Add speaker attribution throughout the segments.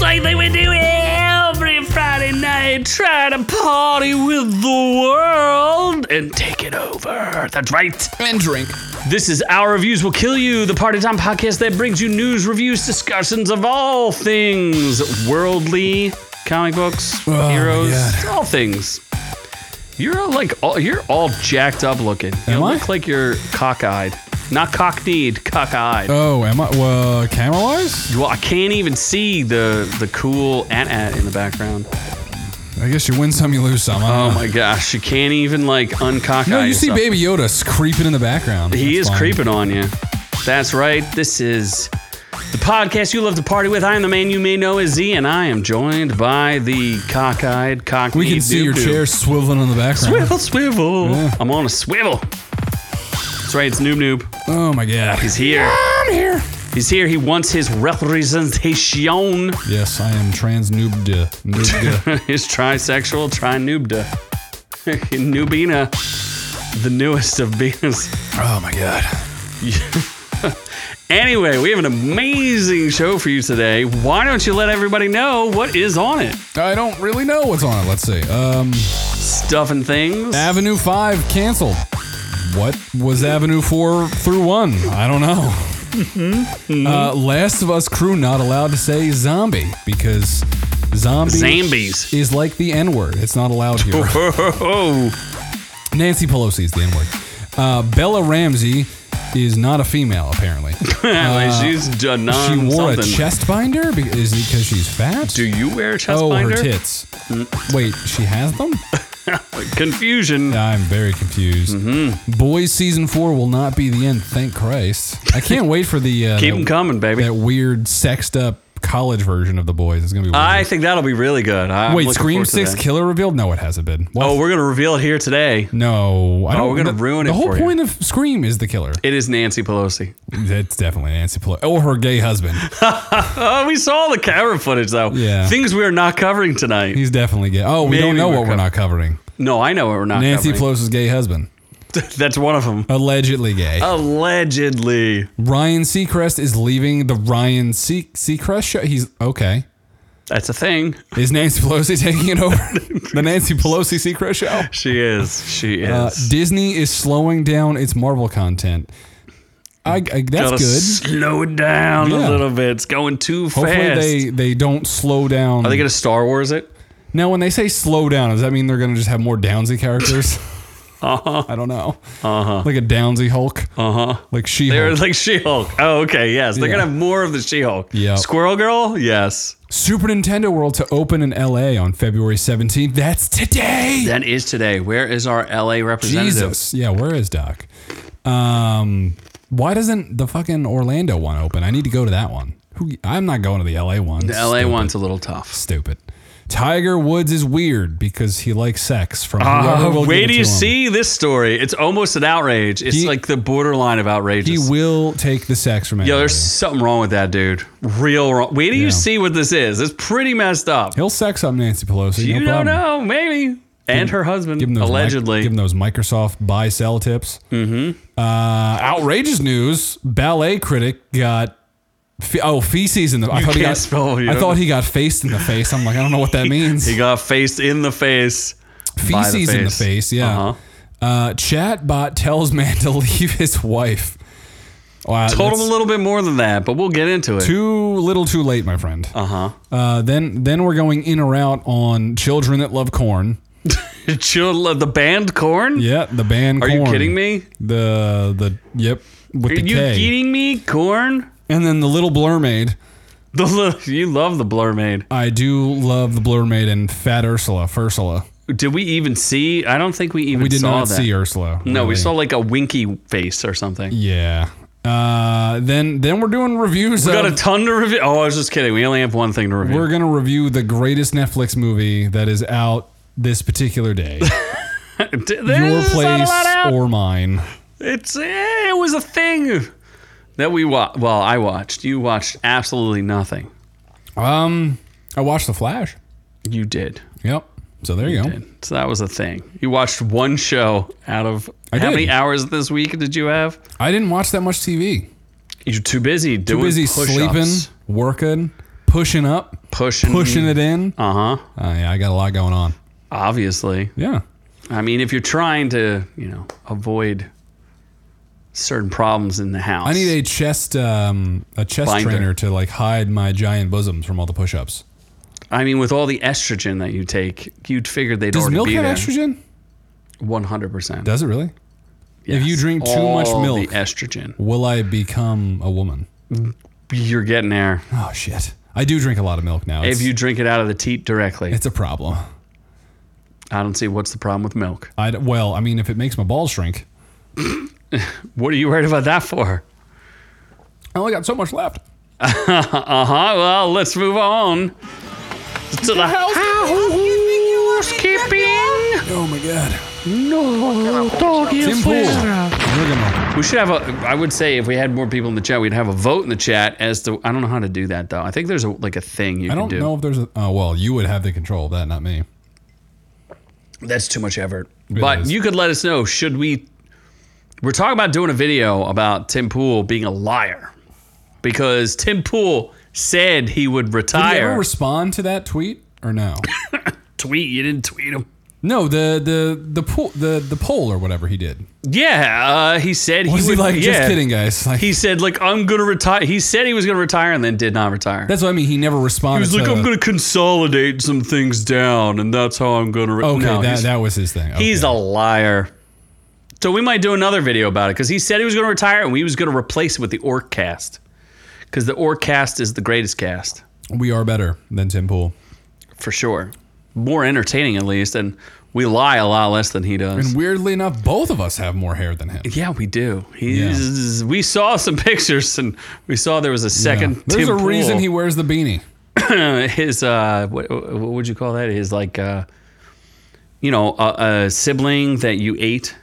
Speaker 1: like they would do every Friday night, try to party with the world and take it over. That's right.
Speaker 2: and drink.
Speaker 1: This is Our Reviews Will Kill You, the Party Time podcast that brings you news, reviews, discussions of all things worldly, comic books,
Speaker 2: Oh, my
Speaker 1: heroes,
Speaker 2: God.
Speaker 1: all things. You're like all you're all jacked up looking. You
Speaker 2: Am I?
Speaker 1: look like you're cockeyed, not cockneyed, cockeyed.
Speaker 2: Oh, am I? Well, camera wise?
Speaker 1: well, I can't even see the the cool ant ant in the background.
Speaker 2: I guess you win some, you lose some. I don't
Speaker 1: Oh
Speaker 2: know.
Speaker 1: my gosh, you can't even like uncockeye.
Speaker 2: No, you see
Speaker 1: yourself.
Speaker 2: Baby Yoda s- creeping in the background.
Speaker 1: He
Speaker 2: That's
Speaker 1: is
Speaker 2: fine.
Speaker 1: creeping on you. That's right. This is the podcast you love to party with. I am the man you may know as Z, and I am joined by the cockeyed cockney.
Speaker 2: We can see your
Speaker 1: doo-doo.
Speaker 2: chair swiveling in the background.
Speaker 1: Swivel, swivel.
Speaker 2: Yeah.
Speaker 1: I'm on a swivel. That's right. It's Noob Noob.
Speaker 2: Oh my god.
Speaker 1: He's here.
Speaker 2: I'm here.
Speaker 1: He's here. He wants his representation.
Speaker 2: Yes, I am trans noob de. Noob de.
Speaker 1: His trisexual, tri noobda. Noobina. The newest of beans.
Speaker 2: oh my god.
Speaker 1: Anyway, we have an amazing show for you today. Why don't you let everybody know what is on it?
Speaker 2: I don't really know what's on it. Let's see. Um,
Speaker 1: Stuff and things.
Speaker 2: Avenue 5 canceled. What was Avenue 4 through 1? I don't know.
Speaker 1: Mm-hmm.
Speaker 2: Uh, Last of Us crew not allowed to say zombie because zombie
Speaker 1: Zambies.
Speaker 2: is like the N word. It's not allowed here.
Speaker 1: Oh,
Speaker 2: Nancy Pelosi is the N word. Uh, Bella Ramsey is not a female, apparently.
Speaker 1: she's done
Speaker 2: Uh, she
Speaker 1: on
Speaker 2: wore
Speaker 1: Um, something.
Speaker 2: a chest binder. Be- is it because she's fat?
Speaker 1: Do you wear a chest
Speaker 2: oh,
Speaker 1: binder? Mm.
Speaker 2: her tits. Wait, she has them?
Speaker 1: Confusion.
Speaker 2: I'm very confused.
Speaker 1: Mm-hmm.
Speaker 2: Boys season four will not be the end. Thank Christ! I can't wait for the uh,
Speaker 1: Keep
Speaker 2: that,
Speaker 1: them coming, baby.
Speaker 2: that weird sexed up college version of the boys. It's gonna be weird.
Speaker 1: I think that'll be really good. I- I'm
Speaker 2: wait,
Speaker 1: looking
Speaker 2: Scream
Speaker 1: forward to
Speaker 2: Six
Speaker 1: that.
Speaker 2: killer revealed? No, it hasn't been. What?
Speaker 1: Oh, we're gonna reveal it here today.
Speaker 2: no, I don't.
Speaker 1: we're gonna
Speaker 2: the-
Speaker 1: ruin
Speaker 2: The
Speaker 1: it
Speaker 2: whole
Speaker 1: for you.
Speaker 2: point of Scream is the killer.
Speaker 1: It is Nancy Pelosi.
Speaker 2: That's definitely Nancy Pelosi. Oh, her gay husband.
Speaker 1: Oh, we saw the camera footage though.
Speaker 2: Yeah.
Speaker 1: Things we are not covering tonight.
Speaker 2: He's definitely gay. Oh, we
Speaker 1: Maybe
Speaker 2: don't know
Speaker 1: we're
Speaker 2: what we're not covering.
Speaker 1: no, I know what we're not
Speaker 2: Nancy
Speaker 1: covering.
Speaker 2: Pelosi's gay husband,
Speaker 1: That's one of them.
Speaker 2: allegedly gay.
Speaker 1: Uh. Allegedly.
Speaker 2: Ryan Seacrest is leaving the Ryan Se- Seacrest show. He's okay.
Speaker 1: That's a thing.
Speaker 2: Is Nancy Pelosi taking it over? the Nancy Pelosi Secret Show?
Speaker 1: She is. She is.
Speaker 2: Uh, Disney is slowing down its Marvel content. I, I, that's
Speaker 1: Gotta
Speaker 2: good.
Speaker 1: slow it down
Speaker 2: Yeah.
Speaker 1: a little bit. It's going too
Speaker 2: Hopefully
Speaker 1: fast.
Speaker 2: they, they don't slow down.
Speaker 1: Are they gonna Star Wars it?
Speaker 2: now, when they say slow down, does that mean they're going to just have more Downsy characters? uh-huh. I don't know. Uh-huh. Like a Downsy Hulk? Uh-huh. Like
Speaker 1: They're
Speaker 2: She-Hulk?
Speaker 1: like She-Hulk. Oh, okay. Yes, they're
Speaker 2: Yeah.
Speaker 1: gonna have more of the She-Hulk.
Speaker 2: Yep.
Speaker 1: Squirrel Girl. Yes,
Speaker 2: Super Nintendo World to open in L.A. on February 17th. That's today!
Speaker 1: that is today. Where is our LA representative?
Speaker 2: Jesus. Yeah, where is Doc? Um, why doesn't the fucking Orlando one open? I need to go to that one. Who I'm not going to the LA one.
Speaker 1: The LA one's a little tough.
Speaker 2: Stupid. Tiger Woods is weird because he likes sex from whoever will
Speaker 1: Uh,
Speaker 2: give
Speaker 1: where
Speaker 2: it
Speaker 1: do
Speaker 2: to
Speaker 1: you
Speaker 2: him.
Speaker 1: see this story? It's almost an outrage. It's
Speaker 2: He-
Speaker 1: like the borderline of
Speaker 2: He
Speaker 1: outrageous.
Speaker 2: will take the sex from
Speaker 1: Yo,
Speaker 2: anybody.
Speaker 1: there's something wrong with that dude. Real wrong. Where do you
Speaker 2: Yeah.
Speaker 1: see what this is? It's pretty messed up.
Speaker 2: He'll sex up Nancy Pelosi.
Speaker 1: you
Speaker 2: no problem.
Speaker 1: don't know. Maybe. And her husband,
Speaker 2: Give him those mic-
Speaker 1: allegedly.
Speaker 2: give him those Microsoft buy sell tips. Mm-hmm. Uh, outrageous news. Ballet critic got fe- oh feces in the. I thought he
Speaker 1: can't
Speaker 2: got.
Speaker 1: spell, you
Speaker 2: I
Speaker 1: don't
Speaker 2: thought
Speaker 1: know.
Speaker 2: he got faced in the face. I'm like, I don't know what that means.
Speaker 1: He got faced in the face. by
Speaker 2: feces in the face. Yeah.
Speaker 1: Uh-huh.
Speaker 2: Uh, chatbot tells man to leave his wife. Wow,
Speaker 1: Told him
Speaker 2: that's
Speaker 1: a little bit more than that, but we'll get into it.
Speaker 2: too little, too late, my friend.
Speaker 1: Uh huh.
Speaker 2: Uh, then, then we're going in or out on children that love corn.
Speaker 1: the band corn?
Speaker 2: Yeah, the band.
Speaker 1: Are you kidding me?
Speaker 2: The the yep with
Speaker 1: Are
Speaker 2: the
Speaker 1: you
Speaker 2: K.
Speaker 1: kidding me? Corn?
Speaker 2: and then the little blur maid.
Speaker 1: The li- you love the Blur Maid.
Speaker 2: I do love the blur maid and Fat Ursula, Fursula.
Speaker 1: Did we even see? I don't think we even
Speaker 2: We did
Speaker 1: saw
Speaker 2: not
Speaker 1: that.
Speaker 2: see Ursula.
Speaker 1: No, we
Speaker 2: really.
Speaker 1: saw like a winky face or something.
Speaker 2: Yeah. Uh, then then we're doing reviews.
Speaker 1: We got
Speaker 2: of-
Speaker 1: a ton to review. Oh, I was just kidding. We only have one thing to review.
Speaker 2: We're going to review the greatest Netflix movie that is out this particular day.
Speaker 1: D-
Speaker 2: Your
Speaker 1: there's not a
Speaker 2: place
Speaker 1: lot out.
Speaker 2: or mine.
Speaker 1: It's eh, it was a thing that we watched. Well, I watched. You watched absolutely nothing.
Speaker 2: Um, I watched The Flash.
Speaker 1: You did.
Speaker 2: Yep. So there you go.
Speaker 1: So that was a thing. You watched one show out of
Speaker 2: I
Speaker 1: how
Speaker 2: did.
Speaker 1: many hours this week did you have?
Speaker 2: I didn't watch that much TV.
Speaker 1: You're too busy doing
Speaker 2: Busy
Speaker 1: push-ups.
Speaker 2: sleeping, working, pushing up.
Speaker 1: pushing,
Speaker 2: pushing it in. Uh,
Speaker 1: Uh huh.
Speaker 2: yeah, I got a lot going on.
Speaker 1: Obviously,
Speaker 2: Yeah.
Speaker 1: I mean, if you're trying to, you know, avoid certain problems in the house,
Speaker 2: I need a chest um, a chest
Speaker 1: Binder.
Speaker 2: trainer to like hide my giant bosoms from all the push-ups.
Speaker 1: I mean, with all the estrogen that you take, you'd figure they'd
Speaker 2: Does
Speaker 1: already
Speaker 2: milk
Speaker 1: be
Speaker 2: have
Speaker 1: there.
Speaker 2: estrogen?
Speaker 1: One hundred percent.
Speaker 2: Does it really? If you drink too much milk,
Speaker 1: the estrogen,
Speaker 2: will I become a woman?
Speaker 1: you're getting there.
Speaker 2: Oh shit! I do drink a lot of milk now. It's,
Speaker 1: If you drink it out of the teat directly,
Speaker 2: it's a problem.
Speaker 1: I don't see what's the problem with milk.
Speaker 2: I well, I mean, if it makes my balls shrink,
Speaker 1: What are you worried about that for?
Speaker 2: I only got so much left.
Speaker 1: Uh huh. Well, let's move on to the housekeeping.
Speaker 2: Oh my god!
Speaker 1: No, dog
Speaker 2: Tim Pool, Bergamo.
Speaker 1: We should have a. I would say if we had more people in the chat, we'd have a vote in the chat as to. I don't know how to do that though. I think there's a like a thing you
Speaker 2: I
Speaker 1: can
Speaker 2: don't
Speaker 1: do.
Speaker 2: know if there's a. Oh well, you would have the control of that, not me.
Speaker 1: That's too much effort. but
Speaker 2: is.
Speaker 1: you could let us know. Should we? We're talking about doing a video about Tim Pool being a liar because Tim Pool said he would
Speaker 2: Did you
Speaker 1: retire.
Speaker 2: ever respond to that tweet or no?
Speaker 1: tweet. You didn't tweet him.
Speaker 2: no, the the the pool the the poll or whatever he did.
Speaker 1: Yeah, uh, he said
Speaker 2: Was
Speaker 1: he
Speaker 2: he,
Speaker 1: would.
Speaker 2: like
Speaker 1: yeah.
Speaker 2: just kidding, guys? Like
Speaker 1: He said like I'm gonna retire. He said he was gonna retire and then did not retire.
Speaker 2: that's uh, what I mean. He never responded.
Speaker 1: He's like,
Speaker 2: to,
Speaker 1: I'm going to consolidate some things down, and that's how I'm going to. Re-
Speaker 2: Okay,
Speaker 1: no,
Speaker 2: that,
Speaker 1: he's,
Speaker 2: that was his thing. Okay.
Speaker 1: he's a liar. So we might do another video about it because he said he was going to retire, and we was going to replace it with the Orc cast because the Orc cast is the greatest cast
Speaker 2: we are better than Tim Pool.
Speaker 1: for sure, more entertaining at least, and we lie a lot less than he does.
Speaker 2: And weirdly enough, both of us have more hair than him.
Speaker 1: yeah, we do. He's, We saw some pictures, and we saw there was a second.
Speaker 2: Yeah. There's
Speaker 1: Tim
Speaker 2: a reason
Speaker 1: Pool.
Speaker 2: he wears the beanie.
Speaker 1: his uh what, what would you call that his like uh you know a, a sibling that you ate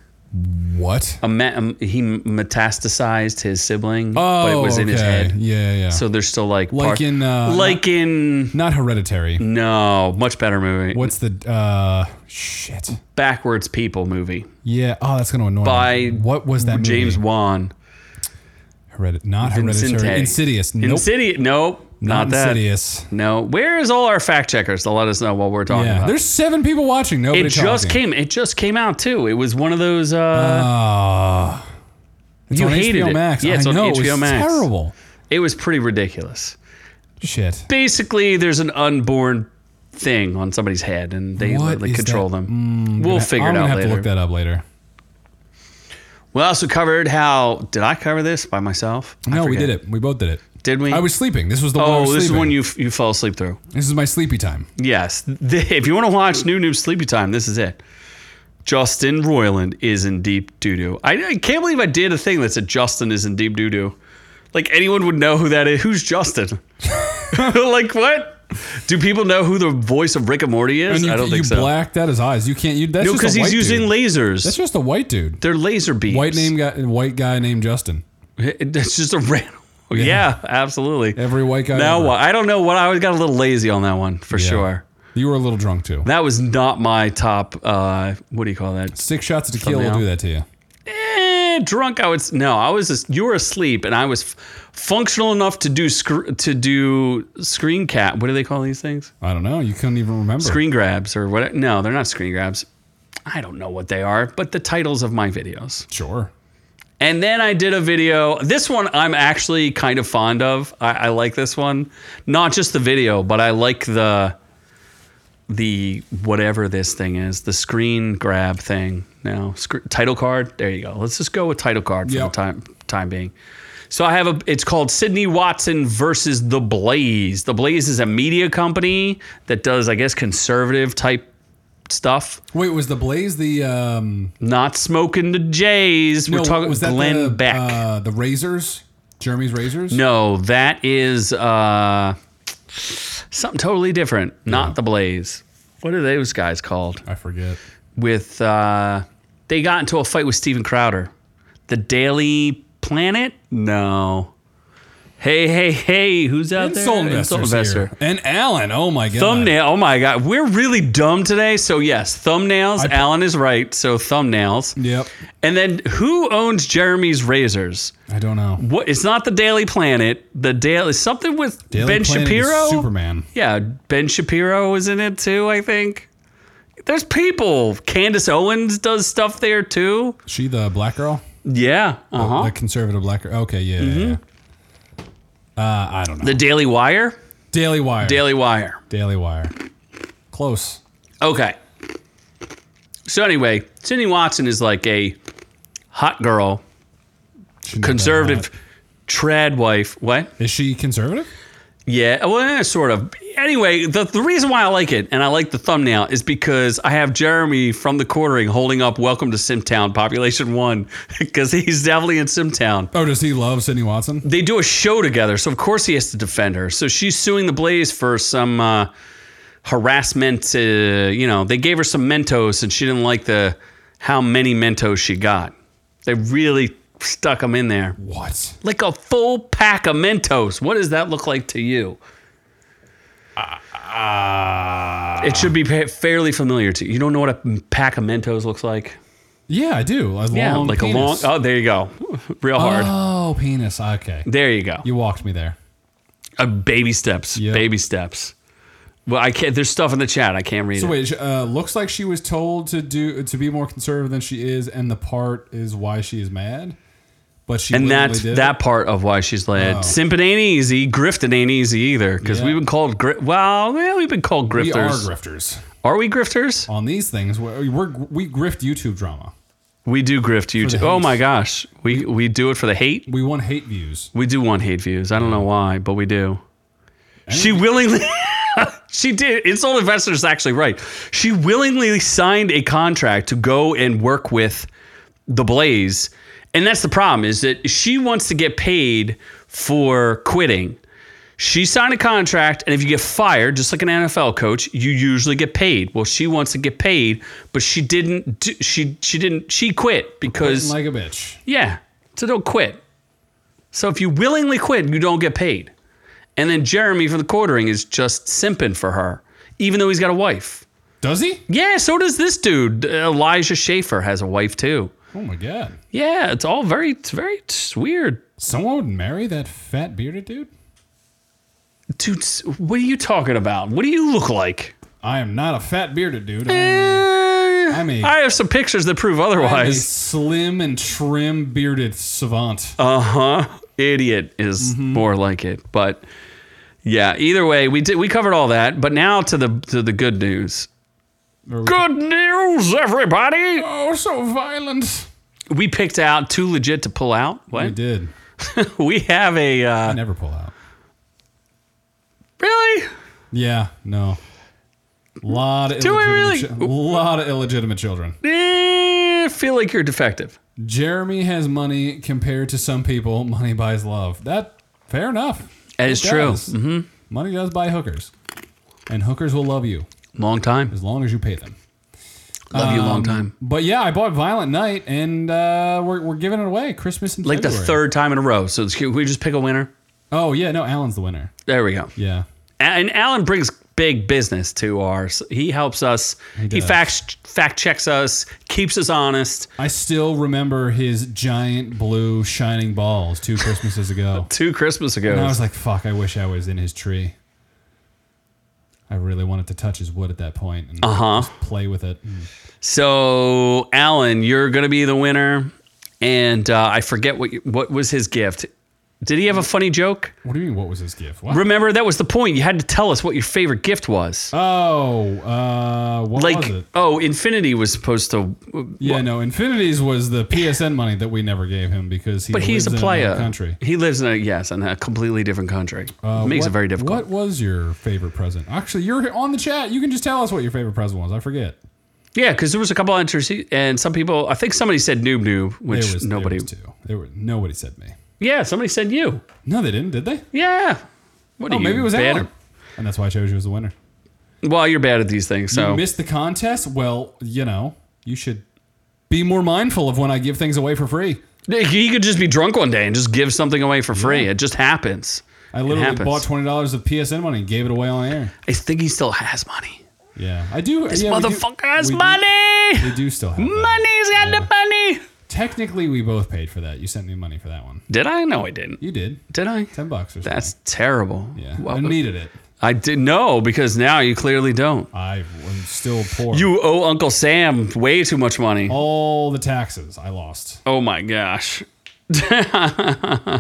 Speaker 2: What?
Speaker 1: a me- um, he metastasized his sibling
Speaker 2: Oh,
Speaker 1: but it was in his
Speaker 2: okay.
Speaker 1: head
Speaker 2: Yeah, yeah.
Speaker 1: so there's still like
Speaker 2: Like in, uh,
Speaker 1: like in
Speaker 2: not hereditary.
Speaker 1: no much better movie
Speaker 2: What's the uh shit?
Speaker 1: backwards people movie
Speaker 2: Yeah. Oh, that's gonna annoy
Speaker 1: By
Speaker 2: me. What was that?
Speaker 1: James
Speaker 2: movie?
Speaker 1: Wan
Speaker 2: Heredi- not hereditary.
Speaker 1: Vincente.
Speaker 2: Insidious. Nope.
Speaker 1: Insidious nope not,
Speaker 2: not
Speaker 1: that
Speaker 2: Insidious.
Speaker 1: no where is all our fact checkers to let us know what we're talking
Speaker 2: Yeah.
Speaker 1: about
Speaker 2: There's seven people watching. Nobody
Speaker 1: it just
Speaker 2: talking.
Speaker 1: came it just came out too it was one of those uh,
Speaker 2: Ah. it's
Speaker 1: You
Speaker 2: on
Speaker 1: hated
Speaker 2: HBO
Speaker 1: it.
Speaker 2: Max.
Speaker 1: Yeah, it's
Speaker 2: I
Speaker 1: on
Speaker 2: know, it
Speaker 1: HBO
Speaker 2: was
Speaker 1: Max.
Speaker 2: Terrible.
Speaker 1: it was pretty ridiculous
Speaker 2: Shit.
Speaker 1: basically there's an unborn thing on somebody's head and they
Speaker 2: What
Speaker 1: like
Speaker 2: is
Speaker 1: control
Speaker 2: that?
Speaker 1: them. we'll figure
Speaker 2: I'm
Speaker 1: it
Speaker 2: gonna
Speaker 1: out
Speaker 2: have
Speaker 1: later.
Speaker 2: to look that up later.
Speaker 1: We also covered how did I cover this by myself? I
Speaker 2: No, we did
Speaker 1: forget.
Speaker 2: it. We both did it.
Speaker 1: Did we?
Speaker 2: I was sleeping. This was the one. I
Speaker 1: Oh,
Speaker 2: was
Speaker 1: this is
Speaker 2: sleeping.
Speaker 1: one you you fell asleep through.
Speaker 2: This is my sleepy time.
Speaker 1: Yes. Th- If you want to watch New Noob Sleepy Time, this is it. Justin Roiland is in deep doo doo. I, I can't believe I did a thing that said Justin is in deep doo doo. Like anyone would know who that is. Who's Justin? like what? Do people know who the voice of Rick and Morty is?
Speaker 2: And you,
Speaker 1: I don't
Speaker 2: you
Speaker 1: think so.
Speaker 2: blacked out his eyes. You can't. You that's
Speaker 1: No,
Speaker 2: just a
Speaker 1: because he's
Speaker 2: white
Speaker 1: using
Speaker 2: dude.
Speaker 1: lasers.
Speaker 2: That's just a white dude.
Speaker 1: They're laser beams.
Speaker 2: White name guy. White guy named Justin.
Speaker 1: It's just a random. Yeah, absolutely.
Speaker 2: Every white guy.
Speaker 1: now
Speaker 2: ever.
Speaker 1: what? I don't know what I got a little lazy on that one for
Speaker 2: Yeah.
Speaker 1: sure.
Speaker 2: You were a little drunk too.
Speaker 1: That was not my top. Uh, what do you call that?
Speaker 2: Six shots of tequila will
Speaker 1: now.
Speaker 2: do that to you.
Speaker 1: Eh, drunk. I was no. I was. Just, you were asleep, and I was f- functional enough to do scr- to do screen cap. What do they call these things?
Speaker 2: I don't know. You couldn't even remember.
Speaker 1: Screen grabs or what? No, they're not screen grabs. I don't know what they are, but the titles of my videos.
Speaker 2: Sure.
Speaker 1: And then I did a video. This one I'm actually kind of fond of. I, I like this one, not just the video, but I like the the whatever this thing is, the screen grab thing. Now, sc- title card. There you go. Let's just go with title card for
Speaker 2: Yep.
Speaker 1: the time time being. So I have a. It's called Sydney Watson versus the Blaze. The Blaze is a media company that does, I guess, conservative type stuff.
Speaker 2: Wait, was the Blaze the um?
Speaker 1: Not smoking the Jays. We're
Speaker 2: no,
Speaker 1: talking
Speaker 2: was that
Speaker 1: Glenn
Speaker 2: the,
Speaker 1: Beck.
Speaker 2: Uh, the Razors, Jeremy's Razors.
Speaker 1: No, that is uh, something totally different. Not the Blaze. What are those guys called?
Speaker 2: I forget.
Speaker 1: With uh, they got into a fight with Steven Crowder. The Daily Planet? No. Hey, hey, hey, who's out there?
Speaker 2: Soul investors,
Speaker 1: Investor.
Speaker 2: here. and Alan. Oh my god,
Speaker 1: Thumbnail. Oh my God. We're really dumb today. So, yes, thumbnails. Alan is right. So, thumbnails.
Speaker 2: Yep,
Speaker 1: And then who owns Jeremy's razors?
Speaker 2: I don't know.
Speaker 1: What? It's not the Daily Planet. The Daily. Something with
Speaker 2: Daily
Speaker 1: Ben
Speaker 2: Planet is
Speaker 1: Shapiro?
Speaker 2: Superman.
Speaker 1: Yeah, Ben Shapiro is in it too, I think. There's people. Candace Owens does stuff there too.
Speaker 2: She the black girl,
Speaker 1: Yeah. Uh huh. Mm-hmm.
Speaker 2: the conservative black girl. Okay, yeah, yeah, yeah. Uh, I don't know.
Speaker 1: The Daily Wire?
Speaker 2: Daily Wire.
Speaker 1: Daily Wire.
Speaker 2: Daily Wire. Close.
Speaker 1: Okay. So anyway, Cindy Watson is like a hot girl,
Speaker 2: She not that
Speaker 1: conservative
Speaker 2: hot.
Speaker 1: trad wife. What?
Speaker 2: Is she conservative?
Speaker 1: Yeah, well, eh, sort of. Anyway, the, the reason why I like it and I like the thumbnail is because I have Jeremy from the quartering holding up Welcome to Simtown, Population 1, because he's definitely in Simtown.
Speaker 2: Oh, does he love Sidney Watson?
Speaker 1: They do a show together, so of course he has to defend her. So she's suing the Blaze for some uh, harassment. Uh, you know, they gave her some Mentos and she didn't like the how many Mentos she got. They really stuck them in there
Speaker 2: What?
Speaker 1: like a full pack of Mentos. What does that look like to you?
Speaker 2: Uh,
Speaker 1: it should be pa- fairly familiar to you. You don't know what a pack of Mentos looks like?
Speaker 2: Yeah, I do. A long
Speaker 1: like
Speaker 2: penis.
Speaker 1: a long. Oh, there you go. Real hard.
Speaker 2: Oh, penis. Okay,
Speaker 1: there you go.
Speaker 2: you walked me there.
Speaker 1: Uh, baby steps.
Speaker 2: Yeah.
Speaker 1: Baby steps. Well, I can't. There's stuff in the chat. I can't read
Speaker 2: So
Speaker 1: it.
Speaker 2: wait, uh, looks like she was told to do to be more conservative than she is, and the part is why she is mad. But she
Speaker 1: and
Speaker 2: literally
Speaker 1: that's
Speaker 2: did
Speaker 1: that part of why she's led.
Speaker 2: Oh.
Speaker 1: Simping ain't easy. Grifting ain't easy either. Because
Speaker 2: Yeah.
Speaker 1: we've been called. Gri- well, yeah, we've been
Speaker 2: it.
Speaker 1: called
Speaker 2: We are
Speaker 1: grifters.
Speaker 2: grifters
Speaker 1: are we grifters?
Speaker 2: on these things. We're, we're we grift YouTube drama.
Speaker 1: We do grift
Speaker 2: the
Speaker 1: YouTube.
Speaker 2: hate.
Speaker 1: Oh my gosh, we we do it for the hate.
Speaker 2: We want hate views.
Speaker 1: We do want hate views. I don't know why, but we do. She willingly. She did. Insult Investor is actually right. She willingly signed a contract to go and work with the Blaze, and that's the problem. Is that she wants to get paid for quitting. She signed a contract, and if you get fired, just like an NFL coach, you usually get paid. Well, she wants to get paid, but she didn't. Do, she she didn't. She quit because
Speaker 2: Like a bitch.
Speaker 1: yeah. So don't quit. So if you willingly quit, you don't get paid. And then Jeremy from the quartering is just simping for her, even though he's got a wife.
Speaker 2: Does he?
Speaker 1: Yeah, so does this dude. Elijah Schaefer has a wife too.
Speaker 2: Oh my god!
Speaker 1: Yeah, it's all very, it's very it's weird.
Speaker 2: Someone would marry that fat bearded dude.
Speaker 1: Dude, what are you talking about? What do you look like?
Speaker 2: I am not a fat bearded dude. I'm
Speaker 1: I
Speaker 2: I'm a-
Speaker 1: have some pictures that prove
Speaker 2: a
Speaker 1: otherwise.
Speaker 2: slim and trim bearded savant.
Speaker 1: Uh huh. Idiot is
Speaker 2: Mm-hmm.
Speaker 1: more like it, but yeah. Either way, we did we covered all that, but now to the to the good news.
Speaker 2: Or we-
Speaker 1: Good news, everybody!
Speaker 2: oh, so violent.
Speaker 1: We picked out too legit to pull out.
Speaker 2: I
Speaker 1: What?
Speaker 2: did. Mm.
Speaker 1: We have a
Speaker 2: I
Speaker 1: uh,
Speaker 2: never pull out.
Speaker 1: really?
Speaker 2: Yeah, no. Lot of
Speaker 1: Do we
Speaker 2: illegitimate
Speaker 1: really?
Speaker 2: chi- lot of illegitimate children.
Speaker 1: Eh, feel like you're defective.
Speaker 2: Jeremy has money compared to some people. Money buys love. That fair enough.
Speaker 1: That
Speaker 2: It
Speaker 1: is true. Mm-hmm.
Speaker 2: does. Money does buy hookers, and hookers will love you
Speaker 1: Long time.
Speaker 2: as long as you pay them.
Speaker 1: Love you,
Speaker 2: Um,
Speaker 1: long time.
Speaker 2: But yeah, I bought Violent Night, and uh, we're we're giving it away Christmas and
Speaker 1: Like the third time in a row. So it's cute. we just pick a winner.
Speaker 2: Oh yeah, no, Alan's the winner.
Speaker 1: There we go.
Speaker 2: Yeah,
Speaker 1: A- And Alan brings big business to ours. He helps us. He,
Speaker 2: does.
Speaker 1: fact fact checks us. Keeps us honest.
Speaker 2: I still remember his giant blue shining balls two Christmases ago.
Speaker 1: Two Christmas ago.
Speaker 2: And I was like, fuck, I wish I was in his tree. I really wanted to touch his wood at that point and
Speaker 1: Uh-huh.
Speaker 2: just play with it. Mm.
Speaker 1: So, Alan, you're going to be the winner, and uh, I forget what you- what was his gift. Did he have a funny joke?
Speaker 2: What do you mean, what was his gift? What?
Speaker 1: Remember, that was the point. You had to tell us what your favorite gift was.
Speaker 2: oh, uh, what was
Speaker 1: like,
Speaker 2: it?
Speaker 1: oh, Infinity was supposed to.
Speaker 2: Yeah, no, Infinities was the PSN money that we never gave him because he
Speaker 1: But he's
Speaker 2: lives
Speaker 1: a
Speaker 2: in
Speaker 1: player.
Speaker 2: another country.
Speaker 1: He lives in a yes, in a completely different country.
Speaker 2: Uh,
Speaker 1: Makes
Speaker 2: what-
Speaker 1: it very difficult.
Speaker 2: What was your favorite present? Actually, you're on the chat. You can just tell us what your favorite present was. I forget.
Speaker 1: Yeah, because there was a couple entries, and some people. I think somebody said noob noob,
Speaker 2: There
Speaker 1: which
Speaker 2: was
Speaker 1: nobody.
Speaker 2: There was two. There were, nobody said me.
Speaker 1: yeah, somebody said you.
Speaker 2: No, they didn't, did they?
Speaker 1: Yeah. What
Speaker 2: Oh,
Speaker 1: are
Speaker 2: maybe
Speaker 1: you,
Speaker 2: it was
Speaker 1: bad
Speaker 2: Alan. And that's why I chose you as the winner.
Speaker 1: at- well, you're bad at these things. So
Speaker 2: you missed the contest. Well, you know, you should be more mindful of when I give things away for free.
Speaker 1: He could just be drunk one day and just give something away for free. It just happens.
Speaker 2: I literally
Speaker 1: happens.
Speaker 2: bought twenty dollars of PSN money and gave it away on air.
Speaker 1: I think he still has money.
Speaker 2: Yeah, I do.
Speaker 1: This
Speaker 2: yeah, we do-
Speaker 1: motherfucker has
Speaker 2: we do-
Speaker 1: money.
Speaker 2: We do still have that.
Speaker 1: Money's got the money.
Speaker 2: Technically, we both paid for that. You sent me money for that one.
Speaker 1: Did I? No, I didn't.
Speaker 2: You did
Speaker 1: Did I?
Speaker 2: ten bucks or something.
Speaker 1: That's terrible.
Speaker 2: yeah.
Speaker 1: Well,
Speaker 2: I needed it.
Speaker 1: I did no because now you clearly don't.
Speaker 2: I am still poor.
Speaker 1: You owe Uncle Sam way too much money.
Speaker 2: all the taxes I lost.
Speaker 1: Oh my gosh. uh,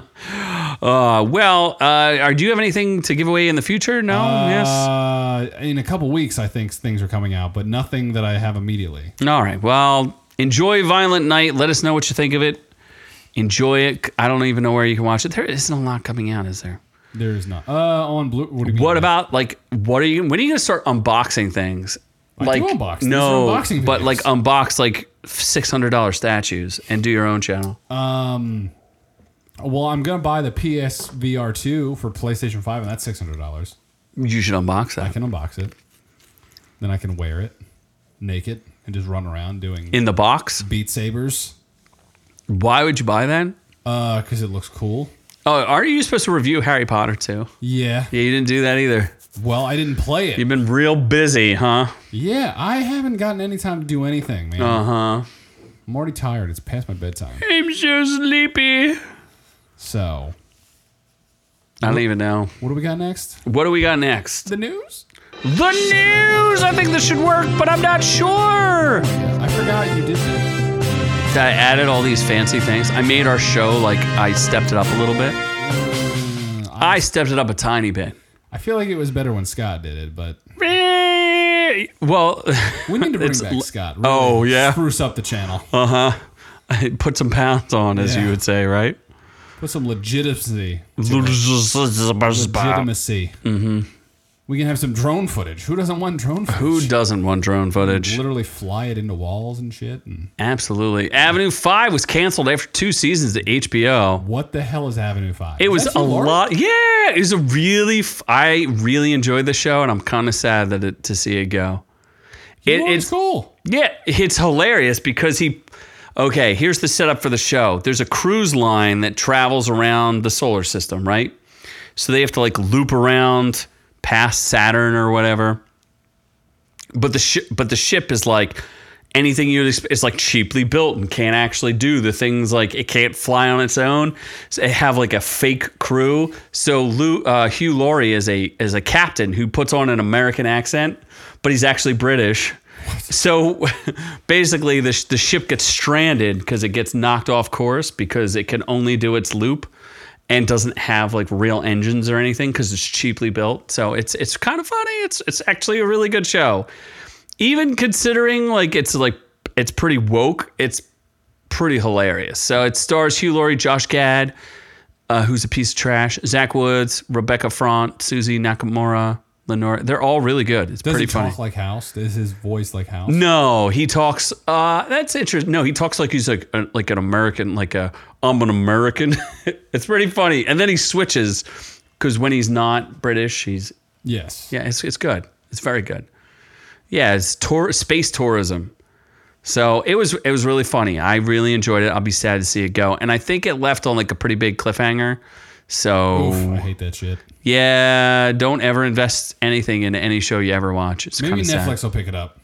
Speaker 1: well, uh, are, do you have anything to give away in the future? No. yes.
Speaker 2: Uh, in a couple weeks, I think things are coming out, but nothing that I have immediately.
Speaker 1: All right. Well, enjoy Violent Night. Let us know what you think of it. Enjoy it. I don't even know where you can watch it. There isn't a lot coming out, is there?
Speaker 2: There is not. Uh, on blue. What do you mean?
Speaker 1: What about like what are you? When are you gonna start unboxing things? like
Speaker 2: unbox. These
Speaker 1: no,
Speaker 2: are unboxing
Speaker 1: but like
Speaker 2: videos.
Speaker 1: unbox like six hundred dollar statues and do your own channel.
Speaker 2: Well, I'm gonna buy the PSVR two for PlayStation Five, and that's six hundred dollars.
Speaker 1: You should unbox
Speaker 2: I
Speaker 1: that
Speaker 2: can unbox it, then I can wear it naked and just run around doing
Speaker 1: in the box.
Speaker 2: Beat Sabers
Speaker 1: Why would you buy that?
Speaker 2: because it looks cool.
Speaker 1: Oh, aren't you supposed to review Harry Potter too?
Speaker 2: Yeah.
Speaker 1: Yeah, you didn't do that either.
Speaker 2: Well, I didn't play it.
Speaker 1: You've been real busy, huh?
Speaker 2: Yeah, I haven't gotten any time to do anything, man.
Speaker 1: Uh huh.
Speaker 2: I'm already tired. It's past my bedtime.
Speaker 1: I'm so sleepy.
Speaker 2: So,
Speaker 1: I don't even know.
Speaker 2: what do we got next?
Speaker 1: What do we got next?
Speaker 2: The news.
Speaker 1: The news! I think this should work, but I'm not sure!
Speaker 2: Yeah, I forgot you did that.
Speaker 1: I added all these fancy things. I made our show like I stepped it up a little bit. I stepped it up a tiny bit.
Speaker 2: I feel like it was better when Scott did it, but
Speaker 1: Well,
Speaker 2: we need to bring
Speaker 1: It's
Speaker 2: back
Speaker 1: l-
Speaker 2: Scott.
Speaker 1: Oh,
Speaker 2: Really
Speaker 1: yeah.
Speaker 2: spruce up the channel.
Speaker 1: uh-huh. put some pounds on, as you
Speaker 2: Yeah.
Speaker 1: would say, right?
Speaker 2: Put some legitimacy,
Speaker 1: Who
Speaker 2: legitimacy. Mm-hmm. We can have some drone footage. Who doesn't want drone footage?
Speaker 1: doesn't want drone footage?
Speaker 2: literally fly it into walls and shit? And
Speaker 1: Absolutely. Avenue 5 was canceled after two seasons to HBO.
Speaker 2: what the hell is Avenue Five?
Speaker 1: It
Speaker 2: Is
Speaker 1: was
Speaker 2: that
Speaker 1: a
Speaker 2: you, Laura?
Speaker 1: lot. Yeah, it was a really. F- I really enjoyed the show, and I'm kind of sad that it, to see it go. It,
Speaker 2: Laura's
Speaker 1: it's
Speaker 2: cool.
Speaker 1: yeah, it's hilarious because he. Okay, here's the setup for the show. There's a cruise line that travels around the solar system, right? So they have to like loop around past Saturn or whatever. But the ship, but the ship is like anything you expect. It's like cheaply built and can't actually do the things like it can't fly on its own. So they have like a fake crew. So Lou, uh, Hugh Laurie is a is a captain who puts on an American accent, but he's actually British. So basically, the, sh- the ship gets stranded because it gets knocked off course because it can only do its loop and doesn't have like real engines or anything because it's cheaply built. So it's it's kind of funny. It's it's actually a really good show, even considering like it's like it's pretty woke. It's pretty hilarious. So it stars Hugh Laurie, Josh Gad, uh, who's a piece of trash, Zach Woods, Rebecca Front, Susie Nakamura, Lenore. They're all really good. It's
Speaker 2: Does
Speaker 1: pretty
Speaker 2: he
Speaker 1: funny.
Speaker 2: talk like House? Is his voice like House?
Speaker 1: No, he talks. Uh, that's interesting. No, he talks like he's like a, like an American, like a I'm an American. it's pretty funny. And then he switches because when he's not British, he's
Speaker 2: Yes.
Speaker 1: yeah, it's it's good. It's very good. Yeah, it's tour space tourism. So it was it was really funny. I really enjoyed it. I'll be sad to see it go. And I think it left on like a pretty big cliffhanger. So
Speaker 2: Oof, I hate that shit.
Speaker 1: yeah, don't ever invest anything into any show you ever watch. It's kind
Speaker 2: Maybe
Speaker 1: of sad.
Speaker 2: Netflix will pick it up.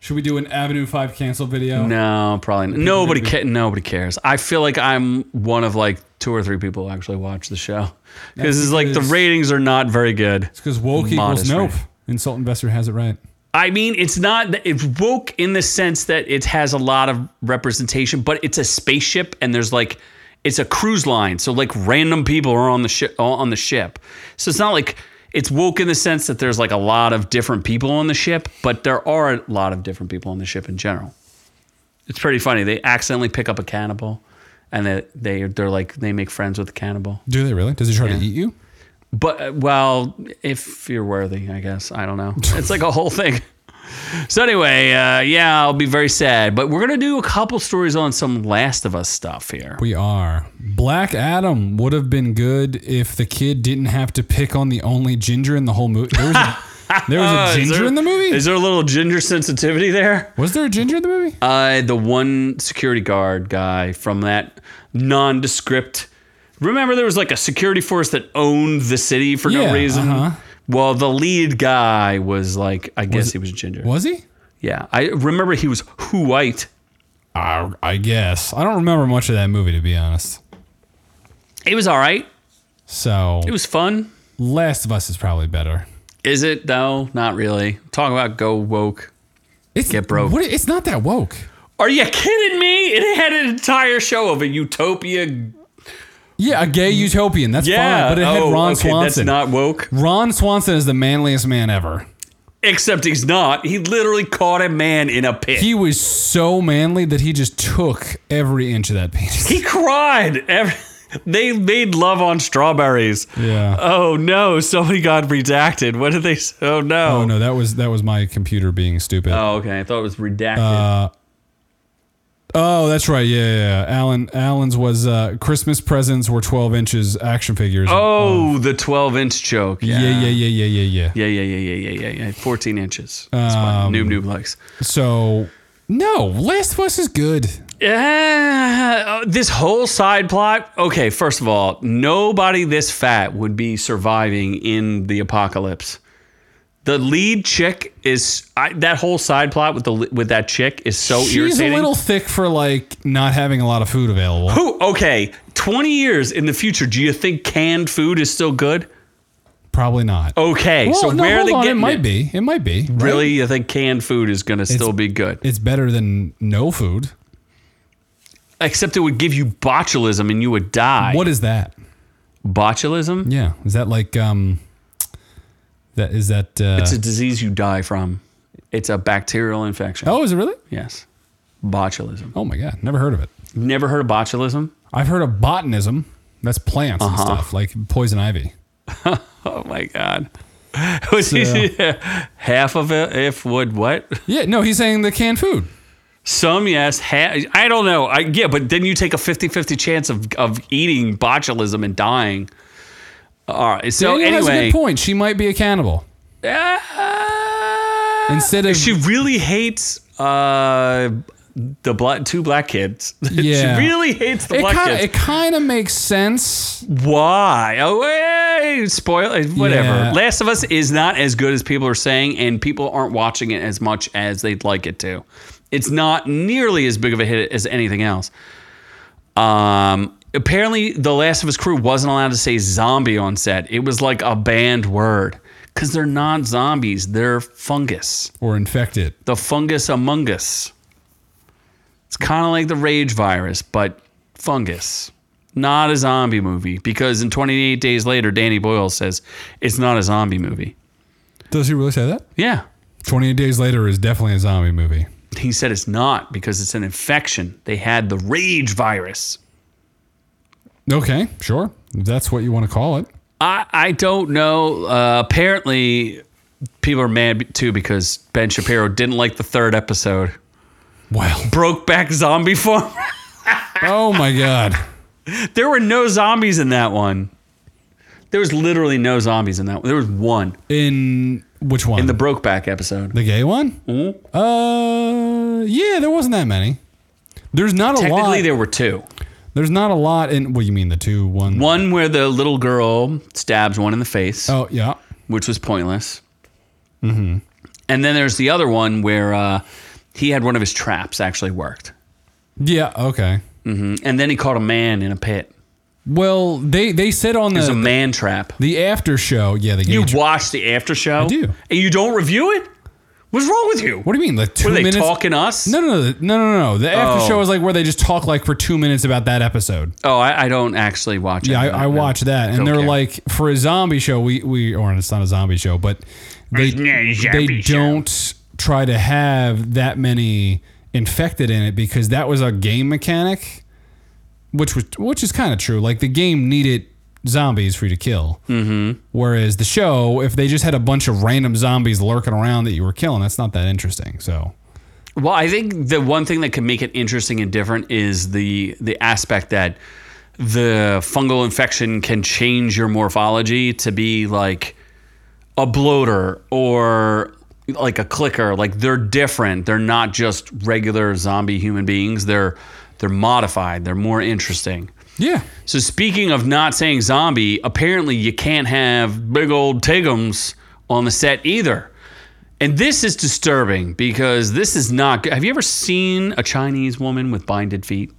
Speaker 2: Should we do an Avenue Five cancel video?
Speaker 1: No, probably not. nobody. Ca- nobody cares. I feel like I'm one of like two or three people who actually watch the show because it's like the
Speaker 2: because-
Speaker 1: ratings are not very good.
Speaker 2: It's because woke
Speaker 1: Modest
Speaker 2: equals nope.
Speaker 1: rate.
Speaker 2: Insult investor has it right.
Speaker 1: I mean, it's not that- it's woke in the sense that it has a lot of representation, but it's a spaceship and there's like it's a cruise line, so like random people are on the ship on the ship. So it's not like it's woke in the sense that there's like a lot of different people on the ship, but there are a lot of different people on the ship in general. It's pretty funny. They accidentally pick up a cannibal and they, they they're like they make friends with the cannibal.
Speaker 2: Do they really? Does he try to eat you?
Speaker 1: But uh, well, if you're worthy, I guess I don't know. It's like a whole thing. So anyway, uh, yeah, I'll be very sad. But we're gonna do a couple stories on some Last of Us stuff here.
Speaker 2: We are. Black Adam would have been good if the kid didn't have to pick on the only ginger in the whole movie. There was a, There was a
Speaker 1: Oh, Uh, Is
Speaker 2: ginger
Speaker 1: there-
Speaker 2: in the movie?
Speaker 1: Is there a little ginger sensitivity there?
Speaker 2: was there a ginger in the movie?
Speaker 1: Uh, the one security guard guy from that nondescript. Remember, there was like a security force that owned the city for
Speaker 2: Yeah,
Speaker 1: no reason.
Speaker 2: uh-huh.
Speaker 1: Well, the lead guy was like, I guess he was ginger.
Speaker 2: Was he?
Speaker 1: Yeah, I remember he was who white.
Speaker 2: I, I guess. I don't remember much of that movie, to be honest.
Speaker 1: It was all right.
Speaker 2: So,
Speaker 1: It was fun.
Speaker 2: Last of Us is probably better.
Speaker 1: Is it though? Not really. Talk about go woke.
Speaker 2: It's,
Speaker 1: Get broke.
Speaker 2: What, it's not that woke.
Speaker 1: Are you kidding me? It had an entire show of a utopia.
Speaker 2: Yeah, a gay utopian. That's
Speaker 1: Mm. Yeah,
Speaker 2: fine. But it had
Speaker 1: oh,
Speaker 2: Ron
Speaker 1: okay,
Speaker 2: Swanson.
Speaker 1: That's not woke.
Speaker 2: Ron Swanson is the manliest man ever.
Speaker 1: Except he's not. He literally caught a man in a pit.
Speaker 2: He was so manly that he just took every inch of that penis.
Speaker 1: He cried. Every, they made love on strawberries.
Speaker 2: Yeah.
Speaker 1: Oh no, somebody got redacted. What did they? s- Oh no.
Speaker 2: oh no, that was that was my computer being stupid.
Speaker 1: Oh, okay. I thought it was redacted.
Speaker 2: Oh, that's right. Yeah, yeah, yeah. Alan Alan's was uh, Christmas presents were 12 inches action figures.
Speaker 1: oh, the 12 inch joke.
Speaker 2: yeah,
Speaker 1: Yeah.
Speaker 2: yeah, yeah, yeah, yeah, yeah.
Speaker 1: Yeah, yeah, yeah, yeah, yeah, yeah, yeah. 14 inches. That's fine. Noob noob likes.
Speaker 2: So no, Last of Us is good.
Speaker 1: Yeah, Uh, this whole side plot. Okay, first of all, nobody this fat would be surviving in the apocalypse. The lead chick is I, that whole side plot with the li- with that chick is so
Speaker 2: She's a
Speaker 1: Oh, irritating.
Speaker 2: little thick for like not having a lot of food available.
Speaker 1: Who? Okay, twenty years in the future, do you think canned food is still good?
Speaker 2: Probably not.
Speaker 1: Okay,
Speaker 2: well,
Speaker 1: Oh, so
Speaker 2: no,
Speaker 1: where are
Speaker 2: hold
Speaker 1: they
Speaker 2: on.
Speaker 1: getting
Speaker 2: it might be. It might be. right?
Speaker 1: Really, you think canned food is going to still be good?
Speaker 2: It's better than no food.
Speaker 1: Except it would give you botulism and you would die.
Speaker 2: What is that?
Speaker 1: botulism?
Speaker 2: Yeah, is that like um, that is that? Uh,
Speaker 1: It's a disease you die from. It's a bacterial infection.
Speaker 2: oh, is it really?
Speaker 1: Yes. Botulism.
Speaker 2: Oh my god, never heard of it.
Speaker 1: Never heard of botulism?
Speaker 2: I've heard of botanism. That's plants
Speaker 1: Uh-huh.
Speaker 2: and stuff like poison ivy.
Speaker 1: Oh my god. half of it if would what?
Speaker 2: Yeah, no, he's saying the canned food.
Speaker 1: Some yes, ha- I don't know. I yeah, but then you take a 50-50 chance of of eating botulism and dying. All right. So
Speaker 2: Daniel has a
Speaker 1: anyway,
Speaker 2: good point. She might be a cannibal.
Speaker 1: Ah.
Speaker 2: Instead of-
Speaker 1: she really hates uh the black two black kids.
Speaker 2: Yeah.
Speaker 1: she really hates the
Speaker 2: It
Speaker 1: black
Speaker 2: kind of it
Speaker 1: kids.
Speaker 2: kind of makes sense.
Speaker 1: Why? Oh, hey, spoil whatever.
Speaker 2: Yeah.
Speaker 1: Last of Us is not as good as people are saying, and people aren't watching it as much as they'd like it to. It's not nearly as big of a hit as anything else. Um, apparently, the Last of Us crew wasn't allowed to say zombie on set. It was like a banned word because they're not zombies; they're fungus.
Speaker 2: Or infected.
Speaker 1: The fungus among us. It's kind of like the rage virus, but fungus. Not a zombie movie because in 28 days later, Danny Boyle says it's not a zombie movie.
Speaker 2: Does he really say that?
Speaker 1: Yeah,
Speaker 2: Twenty eight days later is definitely a zombie movie.
Speaker 1: he said it's not because it's an infection. They had the rage virus.
Speaker 2: Okay, sure. If that's what you want to call it.
Speaker 1: I, I don't know. Uh, apparently, people are mad b- too because Ben Shapiro didn't like the third episode.
Speaker 2: Well,
Speaker 1: Broke back zombie farm.
Speaker 2: oh my god.
Speaker 1: There were no zombies in that one. There was literally no zombies in that one. There was one
Speaker 2: In which one?
Speaker 1: in the Brokeback episode.
Speaker 2: The gay one? Mm-hmm. Uh, yeah, there wasn't that many. There's not a lot.
Speaker 1: Technically, there were two.
Speaker 2: There's not a lot in. What you mean the two one?
Speaker 1: One where the little girl stabs one in the face,
Speaker 2: Oh Mm-hmm. yeah.
Speaker 1: which was pointless. Mm-hmm. And then there's the other one where uh, he had one of his traps actually worked.
Speaker 2: Yeah. Okay.
Speaker 1: And then he caught a man in a pit.
Speaker 2: Well, they they said on
Speaker 1: It was a
Speaker 2: Uh, the
Speaker 1: man trap.
Speaker 2: the after show. Yeah, the gay.
Speaker 1: You
Speaker 2: tra-
Speaker 1: watch the after show? I
Speaker 2: do.
Speaker 1: And you don't review it? What's wrong with you?
Speaker 2: what do you mean? Like two
Speaker 1: Were they
Speaker 2: minutes?
Speaker 1: talking us?
Speaker 2: No, no, no, no, no, no. The after
Speaker 1: Oh.
Speaker 2: show is like where they just talk like for two minutes about that episode.
Speaker 1: Oh, I, I don't actually watch it.
Speaker 2: Yeah, I, I watched that, and
Speaker 1: Don't
Speaker 2: they're
Speaker 1: care.
Speaker 2: like, for a zombie show, we we or it's not a zombie show, but they
Speaker 1: not a
Speaker 2: they
Speaker 1: zombie show.
Speaker 2: don't try to have that many infected in it because that was a game mechanic, which was which is kind of true. Like the game needed zombies for you to kill, mm-hmm. whereas the show, if they just had a bunch of random zombies lurking around that you were killing, that's not that interesting. So
Speaker 1: Well, I think the one thing that can make it interesting and different is the the aspect that the fungal infection can change your morphology to be like a bloater or like a clicker like they're different they're not just regular zombie human beings they're they're modified they're more interesting
Speaker 2: Yeah.
Speaker 1: so speaking of not saying zombie apparently you can't have big old tigums on the set either and this is disturbing because this is not good have you ever seen a chinese woman with binded feet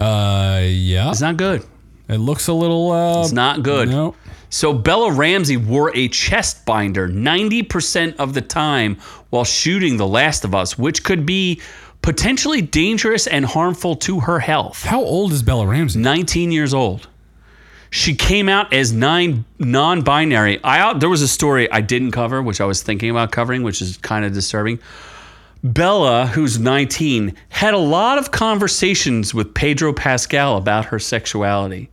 Speaker 2: Uh, yeah.
Speaker 1: it's not good
Speaker 2: It looks a little. Uh,
Speaker 1: it's not good
Speaker 2: No.
Speaker 1: So Bella Ramsey wore a chest binder 90% of the time while shooting The Last of Us, which could be potentially dangerous and harmful to her health.
Speaker 2: How old is Bella Ramsey?
Speaker 1: 19 years old. She came out as nine non-binary. I uh, there was a story I didn't cover, which I was thinking about covering, which is kind of disturbing. Bella, who's 19, had a lot of conversations with Pedro Pascal about her sexuality.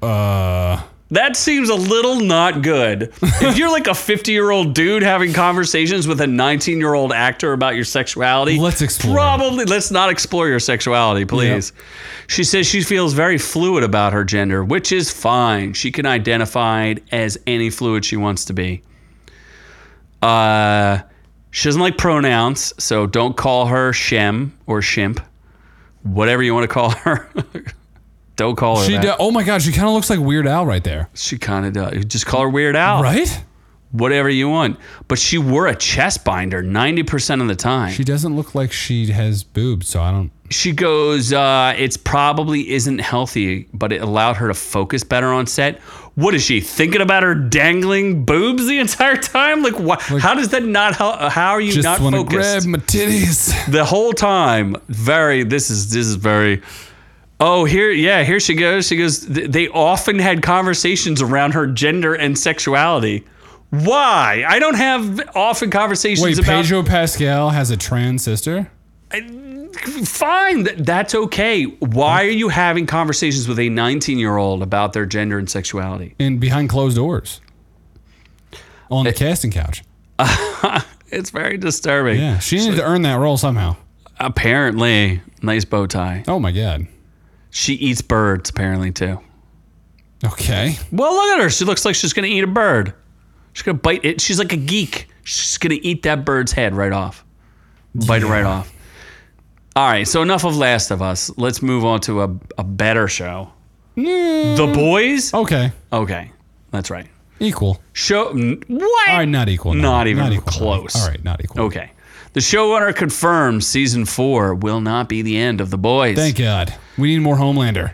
Speaker 2: Uh,
Speaker 1: That seems a little not good. If you're like a 50 year old dude having conversations with a 19 year old actor about your sexuality,
Speaker 2: Let's explore it.
Speaker 1: Probably, let's not explore your sexuality, please. She says she feels very fluid about her gender, which is fine. She can identify it as any fluid she wants to be. Uh, she doesn't like pronouns, so don't call her Shem or Shimp, whatever you want to call her. don't call her.
Speaker 2: she.
Speaker 1: that.
Speaker 2: Do- oh my God, she kind of looks like Weird Al right there.
Speaker 1: She kind of does. Just call her Weird Al,
Speaker 2: Uh, Right?
Speaker 1: whatever you want. But she wore a chest binder 90% of the time.
Speaker 2: She
Speaker 1: She,
Speaker 2: doesn't look like she has boobs, so I don't.
Speaker 1: goes, uh, it's probably isn't healthy, but it allowed her to focus better on set. What is she thinking about her dangling boobs the entire time? Like, what? how does that not help? How are you
Speaker 2: Just
Speaker 1: not
Speaker 2: want to grab
Speaker 1: focused?
Speaker 2: my titties.
Speaker 1: the whole time very this is this is very oh here yeah here she goes she goes th- they often had conversations around her gender and sexuality why i don't have often conversations
Speaker 2: Wait,
Speaker 1: about
Speaker 2: Pedro Pascal has a trans sister.
Speaker 1: fine th- that's okay why are you having conversations with a 19 year old about their gender and sexuality
Speaker 2: in behind closed doors on
Speaker 1: Eh.
Speaker 2: the casting couch.
Speaker 1: it's very disturbing
Speaker 2: Yeah, she needed to earn that role somehow.
Speaker 1: apparently nice bow tie
Speaker 2: Oh my god.
Speaker 1: she eats birds apparently too
Speaker 2: Okay.
Speaker 1: Well, look at her. She looks like she's going to eat a bird. She's going to bite it. She's like a geek. She's going to eat that bird's head right off. Bite it right off. All right, so enough of Last of Us. Let's move on to a, a better show. The Boys?
Speaker 2: Okay.
Speaker 1: Okay, that's right.
Speaker 2: Equal.
Speaker 1: Show. n- What?
Speaker 2: All right, not equal. no.
Speaker 1: Not even
Speaker 2: equal,
Speaker 1: close.
Speaker 2: All right, not equal.
Speaker 1: Okay. The showrunner confirms season four will not be the end of The Boys.
Speaker 2: Thank God. We need more Homelander.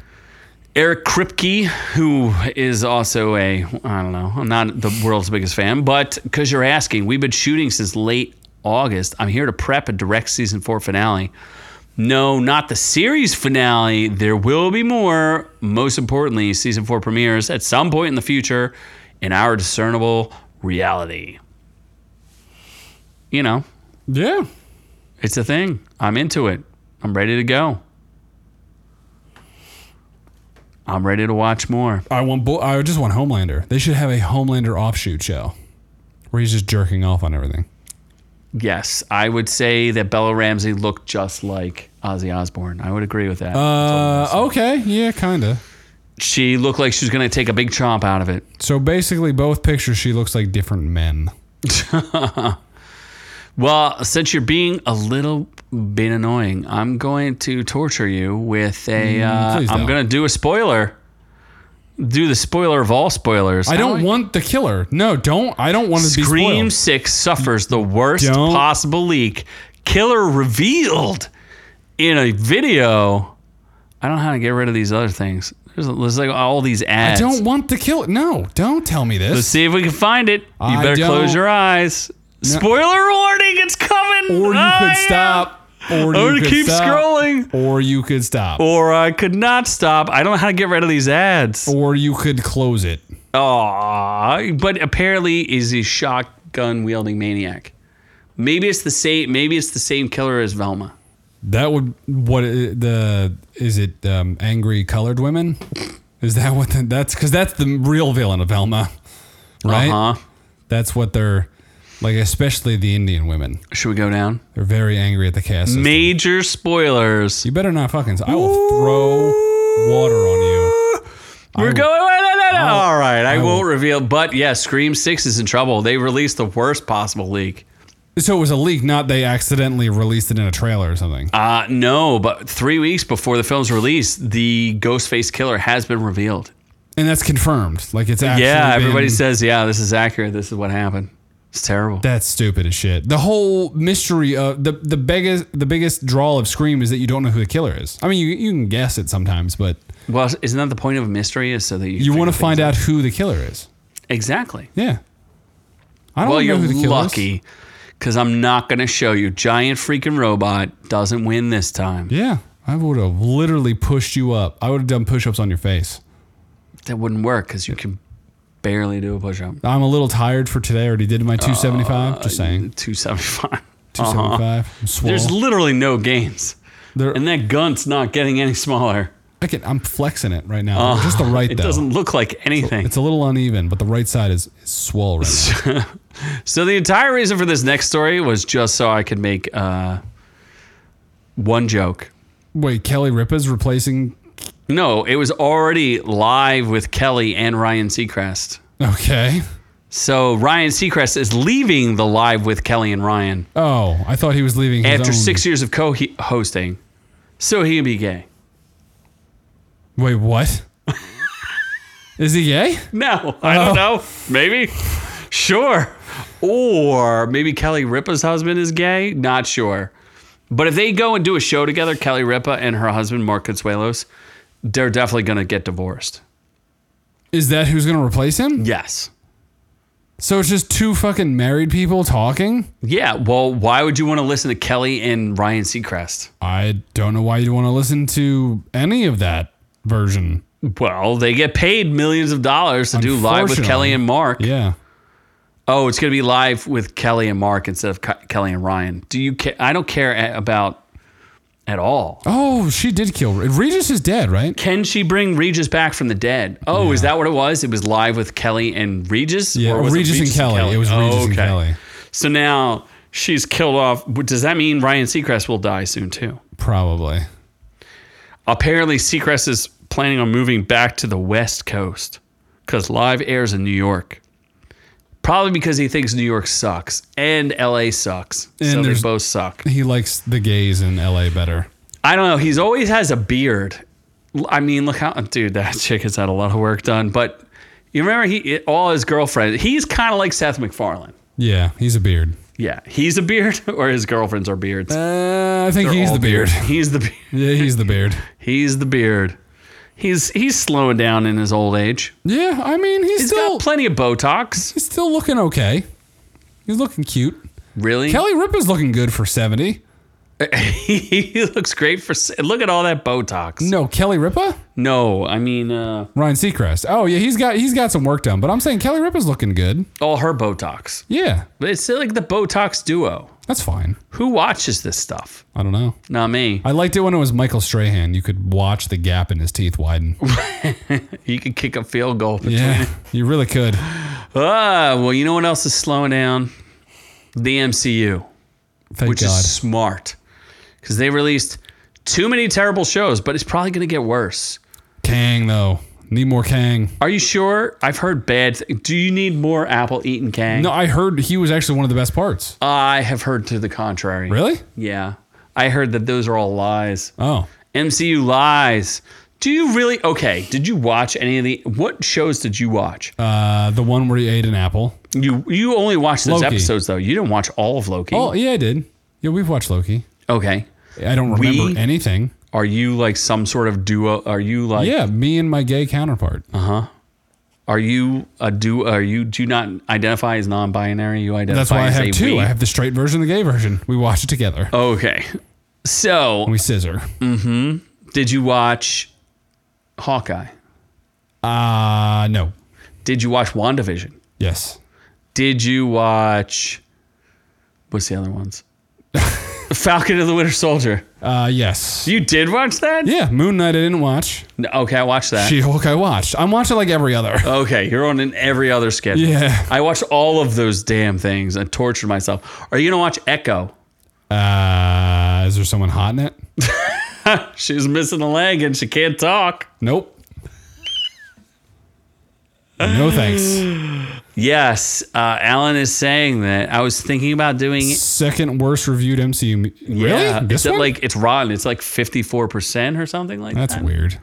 Speaker 1: Eric Kripke, who is also a, I don't know, I'm not the world's biggest fan, but because you're asking, we've been shooting since late August. I'm here to prep a direct season four finale. No, not the series finale. There will be more. Most importantly, season four premieres at some point in the future in our discernible reality. You know,
Speaker 2: Yeah.
Speaker 1: it's a thing. I'm into it. I'm ready to go. I'm ready to watch more.
Speaker 2: I want. Bo- I just want Homelander. They should have a Homelander offshoot show where he's just jerking off on everything.
Speaker 1: Yes, I would say that Bella Ramsey looked just like Ozzy Osbourne. I would agree with that.
Speaker 2: Uh. Okay. Yeah. Kinda.
Speaker 1: she looked like she was going to take a big chomp out of it.
Speaker 2: So basically, both pictures, she looks like different men.
Speaker 1: Well, since you're being a little bit annoying, I'm going to torture you with a. uh,
Speaker 2: Mm, please
Speaker 1: I'm
Speaker 2: don't.
Speaker 1: going to do a spoiler. Do the spoiler of all spoilers.
Speaker 2: I don't want the killer. No, don't. I don't want to be
Speaker 1: Scream
Speaker 2: spoiled.
Speaker 1: Six suffers the worst
Speaker 2: Don't.
Speaker 1: possible leak. Killer revealed in a video. I don't know how to get rid of these other things. There's, there's like all these ads.
Speaker 2: don't want to kill it. No, don't tell me
Speaker 1: Let's
Speaker 2: this.
Speaker 1: see if we can find it. You
Speaker 2: I
Speaker 1: better close
Speaker 2: don't-
Speaker 1: your eyes. Spoiler warning! It's coming.
Speaker 2: Or you
Speaker 1: I
Speaker 2: could
Speaker 1: am-
Speaker 2: stop. Or you
Speaker 1: Or to
Speaker 2: could
Speaker 1: keep
Speaker 2: stop,
Speaker 1: scrolling.
Speaker 2: Or you could stop.
Speaker 1: Or I could not stop. I don't know how to get rid of these ads.
Speaker 2: Or you could close it.
Speaker 1: Aw, but apparently is a shotgun wielding maniac. Maybe it's the same. Maybe it's the same killer as Velma.
Speaker 2: That would what i- the is it um, angry colored women? Is that what the, that's because that's the real villain of Velma, right?
Speaker 1: Uh huh.
Speaker 2: That's what they're like, especially the Indian women.
Speaker 1: Should we go down?
Speaker 2: They're very angry at the cast. system.
Speaker 1: Major spoilers.
Speaker 2: You better not fucking. I will throw water on you.
Speaker 1: We're going. no, no, no.
Speaker 2: I'll-
Speaker 1: All right, I,
Speaker 2: I will-
Speaker 1: won't reveal. But yeah, Scream Six is in trouble. They released the worst possible leak.
Speaker 2: So it was a leak, not they accidentally released it in a trailer or something.
Speaker 1: Uh, no, but three weeks before the film's release, the Ghostface killer has been revealed.
Speaker 2: And that's confirmed. Like it's actually
Speaker 1: yeah, everybody
Speaker 2: been-
Speaker 1: says, yeah, this is accurate. This is what happened. It's terrible.
Speaker 2: that's stupid as shit. The whole mystery of the the biggest the biggest draw of Scream is that you don't know who the killer is. I mean, you you can guess it sometimes, but
Speaker 1: well, isn't that the point of a mystery? Is so that you
Speaker 2: you want to
Speaker 1: figure
Speaker 2: find
Speaker 1: things
Speaker 2: out who the killer is.
Speaker 1: exactly.
Speaker 2: Yeah. I don't
Speaker 1: Well,
Speaker 2: know
Speaker 1: you're
Speaker 2: who the killer is.
Speaker 1: lucky because I'm not going to show you. Giant freaking robot doesn't win this time.
Speaker 2: Yeah. I would have literally pushed you up. I would have done push-ups on your face.
Speaker 1: That wouldn't work because you can barely do a push up.
Speaker 2: I'm a little tired for today. I already did my
Speaker 1: Uh,
Speaker 2: 275. just saying.
Speaker 1: 275.
Speaker 2: 275. I'm
Speaker 1: uh-huh. There's
Speaker 2: swole.
Speaker 1: literally no gains.
Speaker 2: There-
Speaker 1: And that gun's not getting any smaller.
Speaker 2: I can, I'm flexing it right now. just the right
Speaker 1: Uh, It
Speaker 2: though.
Speaker 1: doesn't look like anything.
Speaker 2: It's a little uneven, but the right side is, is swole right now.
Speaker 1: So the entire reason for this next story was just so I could make uh, one joke.
Speaker 2: Wait, Kelly Ripa's replacing.
Speaker 1: No, it was already live with Kelly and Ryan Seacrest.
Speaker 2: Okay.
Speaker 1: So Ryan Seacrest is leaving the live with Kelly and Ryan
Speaker 2: Oh, I thought he was leaving his
Speaker 1: after
Speaker 2: own-
Speaker 1: six years of co-hosting, so he can be gay.
Speaker 2: Wait, what? is he gay?
Speaker 1: No, I don't know. Maybe, sure, or maybe Kelly Ripa's husband is gay. Not sure, but if they go and do a show together, Kelly Ripa and her husband Mark Consuelos, they're definitely gonna get divorced.
Speaker 2: Is that who's gonna replace him?
Speaker 1: Yes.
Speaker 2: So it's just two fucking married people talking.
Speaker 1: Yeah. Well, why would you want to listen to Kelly and Ryan Seacrest?
Speaker 2: I don't know why you'd want to listen to any of that version.
Speaker 1: Well, they get paid millions of dollars to do live with
Speaker 2: Unfortunately.
Speaker 1: Kelly and Mark.
Speaker 2: Yeah.
Speaker 1: Oh, it's going to be live with Kelly and Mark instead of Ke- Kelly and Ryan. Do you care? I don't care a- about at all.
Speaker 2: Oh, she did kill Regis is dead, right?
Speaker 1: Can she bring Regis back from the dead? Oh, is that what it was? It was live with Kelly and Regis?
Speaker 2: Yeah,
Speaker 1: was it
Speaker 2: Regis, and Kelly. It was
Speaker 1: Oh,
Speaker 2: Regis and
Speaker 1: okay.
Speaker 2: Kelly.
Speaker 1: So now she's killed off. Does that mean Ryan Seacrest will die soon, too?
Speaker 2: Probably.
Speaker 1: Apparently, Seacrest is planning on moving back to the West Coast because live airs in New York. Probably because he thinks New York sucks and LA sucks. so
Speaker 2: And
Speaker 1: they
Speaker 2: there's-
Speaker 1: both suck.
Speaker 2: He likes the gays in LA better.
Speaker 1: I don't know. He's always has a beard. L- I mean, look how, dude, that chick has had a lot of work done. But you remember he, all his girlfriends, he's kind of like Seth MacFarlane.
Speaker 2: Yeah, he's a beard.
Speaker 1: Yeah. He's a beard or his girlfriends are beards.
Speaker 2: Uh, I think he's
Speaker 1: All
Speaker 2: the beard.
Speaker 1: He's the beard.
Speaker 2: Yeah, he's the beard.
Speaker 1: He's the beard. He's he's slowing down in his old age.
Speaker 2: Yeah, I mean, he's,
Speaker 1: He's
Speaker 2: still
Speaker 1: got plenty of Botox.
Speaker 2: he's still looking okay. He's looking cute.
Speaker 1: Really?
Speaker 2: Kelly Ripa's looking good for 70.
Speaker 1: he looks great for. s- Look at all that Botox.
Speaker 2: No, Kelly Ripa?
Speaker 1: No, I mean, uh,
Speaker 2: Ryan Seacrest. Oh, yeah, he's got he's got some work done, but I'm saying Kelly Ripa's looking good.
Speaker 1: all her Botox.
Speaker 2: Yeah,
Speaker 1: But it's like the Botox duo.
Speaker 2: that's fine.
Speaker 1: Who watches this stuff?
Speaker 2: I don't know.
Speaker 1: Not me.
Speaker 2: I liked it when it was Michael Strahan. You could watch the gap in his teeth widen.
Speaker 1: You could kick a field goal.
Speaker 2: Yeah, you really could.
Speaker 1: Ah, well, you know what else is slowing down? The MCU,
Speaker 2: Thank
Speaker 1: which
Speaker 2: God.
Speaker 1: is smart because they released too many terrible shows, but it's probably going to get worse.
Speaker 2: Kang though. Need more Kang.
Speaker 1: Are you sure? I've heard bad. Th- Do you need more Apple eating Kang?
Speaker 2: No, I heard he was actually one of the best parts.
Speaker 1: I have heard to the contrary.
Speaker 2: Really?
Speaker 1: Yeah. I heard that those are all lies.
Speaker 2: Oh.
Speaker 1: MCU lies. Do you really? Okay. Did you watch any of the? What shows did you watch?
Speaker 2: Uh, the one where he ate an apple.
Speaker 1: You you only watched those
Speaker 2: Loki.
Speaker 1: episodes though. You didn't watch all of Loki.
Speaker 2: Oh, yeah, I did. Yeah, we've watched Loki.
Speaker 1: Okay.
Speaker 2: I don't remember
Speaker 1: We-
Speaker 2: anything.
Speaker 1: Are you like some sort of duo? Are you like?
Speaker 2: Yeah, me and my gay counterpart.
Speaker 1: Uh-huh. Are you a do? Are you do you not identify as non-binary? You identify.
Speaker 2: That's why I
Speaker 1: as
Speaker 2: have
Speaker 1: a
Speaker 2: two.
Speaker 1: we? Oh.
Speaker 2: I have the straight version and the gay version. We watch it together.
Speaker 1: Okay. So
Speaker 2: We scissor.
Speaker 1: did you watch Hawkeye?
Speaker 2: Uh no.
Speaker 1: Did you watch WandaVision?
Speaker 2: Yes.
Speaker 1: Did you watch? What's the other ones? Falcon and the Winter Soldier.
Speaker 2: Uh yes.
Speaker 1: You did watch that?
Speaker 2: Yeah, Moon Knight I didn't watch.
Speaker 1: No, okay, I watched that.
Speaker 2: She Hulk I watched. I'm watching like every other.
Speaker 1: okay, you're on in every other schedule.
Speaker 2: Yeah.
Speaker 1: I watched all of those damn things. I tortured myself. Are you gonna watch Echo?
Speaker 2: Uh is there someone hot in it?
Speaker 1: She's missing a leg and she can't talk.
Speaker 2: Nope. No thanks.
Speaker 1: Yes, uh, Alan is saying that. I was thinking about doing.
Speaker 2: Second worst reviewed MCU. Really?
Speaker 1: Yeah,
Speaker 2: This
Speaker 1: it's at,
Speaker 2: one?
Speaker 1: like uh, it's rotten. It's like fifty four percent or something like
Speaker 2: That's
Speaker 1: that.
Speaker 2: weird.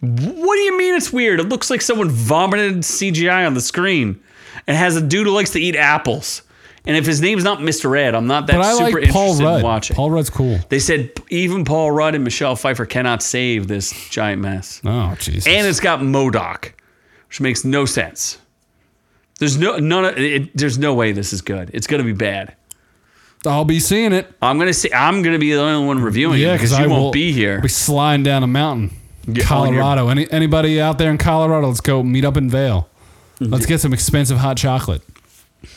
Speaker 1: What do you mean it's weird? It looks like someone vomited CGI on the screen, and has a dude who likes to eat apples. And if his name's not Mr. Ed, I'm not that
Speaker 2: But I
Speaker 1: super
Speaker 2: like Paul
Speaker 1: interested
Speaker 2: Rudd.
Speaker 1: in watching.
Speaker 2: Paul Rudd's cool.
Speaker 1: They said even Paul Rudd and Michelle Pfeiffer cannot save this giant mess.
Speaker 2: Oh, Jesus.
Speaker 1: and it's got Modoc, which makes no sense. There's no none. Of, it, there's no way this is good. It's gonna be bad.
Speaker 2: I'll be seeing it.
Speaker 1: I'm gonna say I'm gonna be the only one reviewing
Speaker 2: Yeah,
Speaker 1: it because
Speaker 2: because
Speaker 1: you
Speaker 2: I
Speaker 1: won't
Speaker 2: will
Speaker 1: be here.
Speaker 2: Be sliding down a mountain,
Speaker 1: all year.
Speaker 2: Colorado. Any anybody out there in Colorado? Let's go meet up in Vale.
Speaker 1: Mm-hmm.
Speaker 2: Let's get some expensive hot chocolate.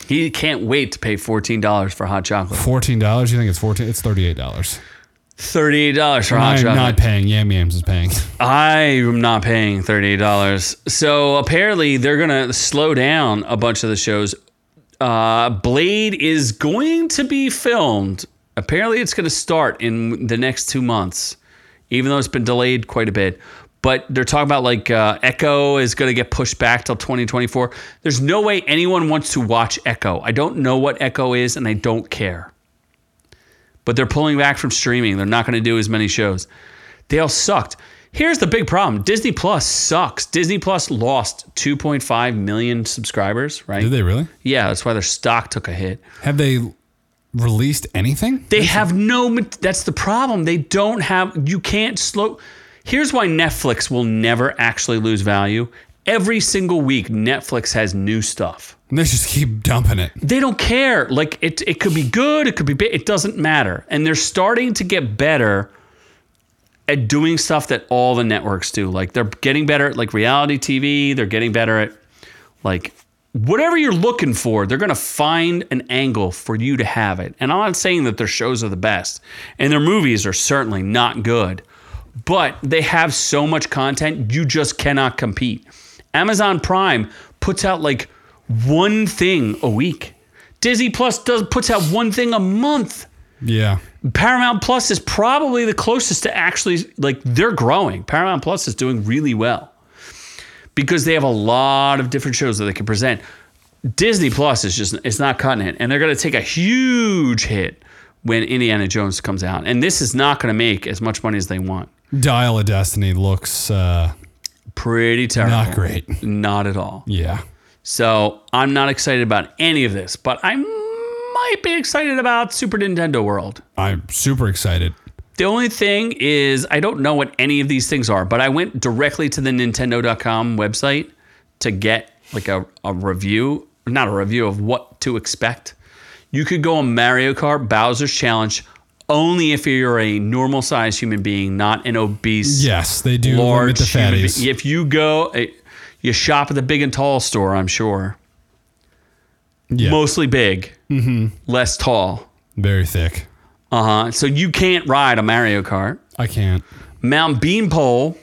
Speaker 1: He can't wait to pay fourteen dollars for hot chocolate.
Speaker 2: Fourteen dollars? You think it's fourteen? It's thirty-eight dollars.
Speaker 1: Thirty-eight dollars for
Speaker 2: I'm
Speaker 1: hot chocolate.
Speaker 2: not paying. Yam Yams is paying.
Speaker 1: I am not paying thirty-eight dollars. So apparently they're gonna slow down a bunch of the shows. Uh, Blade is going to be filmed. Apparently, it's gonna start in the next two months, even though it's been delayed quite a bit. But they're talking about like uh, Echo is gonna get pushed back till 2024. There's no way anyone wants to watch Echo. I don't know what Echo is, and I don't care. But they're pulling back from streaming. They're not gonna do as many shows they all sucked. Here's the big problem Disney Plus sucks. Disney Plus lost 2.5 million subscribers, right?
Speaker 2: Did they really?
Speaker 1: yeah, that's why their stock took a hit.
Speaker 2: Have they released anything?
Speaker 1: They have no, mat- that's the problem. They don't have, you can't slow. Here's why Netflix will never actually lose value. Every single week, Netflix has new stuff.
Speaker 2: They just keep dumping it.
Speaker 1: They don't care. Like it, it could be good, it could be bad. It doesn't matter. And they're starting to get better at doing stuff that all the networks do. Like they're getting better at like reality TV. They're getting better at like whatever you're looking for. They're gonna find an angle for you to have it. And I'm not saying that their shows are the best, and their movies are certainly not good, but they have so much content you just cannot compete. Amazon Prime puts out like one thing a week. Disney Plus does puts out one thing a month.
Speaker 2: Yeah.
Speaker 1: Paramount Plus is probably the closest to actually like they're growing. Paramount Plus is doing really well because they have a lot of different shows that they can present. Disney Plus is just it's not cutting it, and they're going to take a huge hit when Indiana Jones comes out, and this is not going to make as much money as they want.
Speaker 2: Dial of Destiny looks uh,
Speaker 1: Pretty terrible.
Speaker 2: not great.
Speaker 1: Not at all.
Speaker 2: Yeah.
Speaker 1: So I'm not excited about any of this, but I might be excited about Super Nintendo World.
Speaker 2: I'm super excited.
Speaker 1: The only thing is, I don't know what any of these things are, but I went directly to the Nintendo.com website to get like a, a review, not a review of what to expect. You could go on Mario Kart Bowser's Challenge only if you're a normal sized human being, not an obese,
Speaker 2: Yes, they do limit
Speaker 1: large
Speaker 2: the
Speaker 1: human being.
Speaker 2: fatties.
Speaker 1: If you go, eh, you shop at the big and tall store, I'm sure.
Speaker 2: Yeah. Mm-hmm.
Speaker 1: Mostly big, less tall.
Speaker 2: Very thick.
Speaker 1: Uh huh. So you can't ride a Mario Kart.
Speaker 2: I can't.
Speaker 1: Mount Beanpole.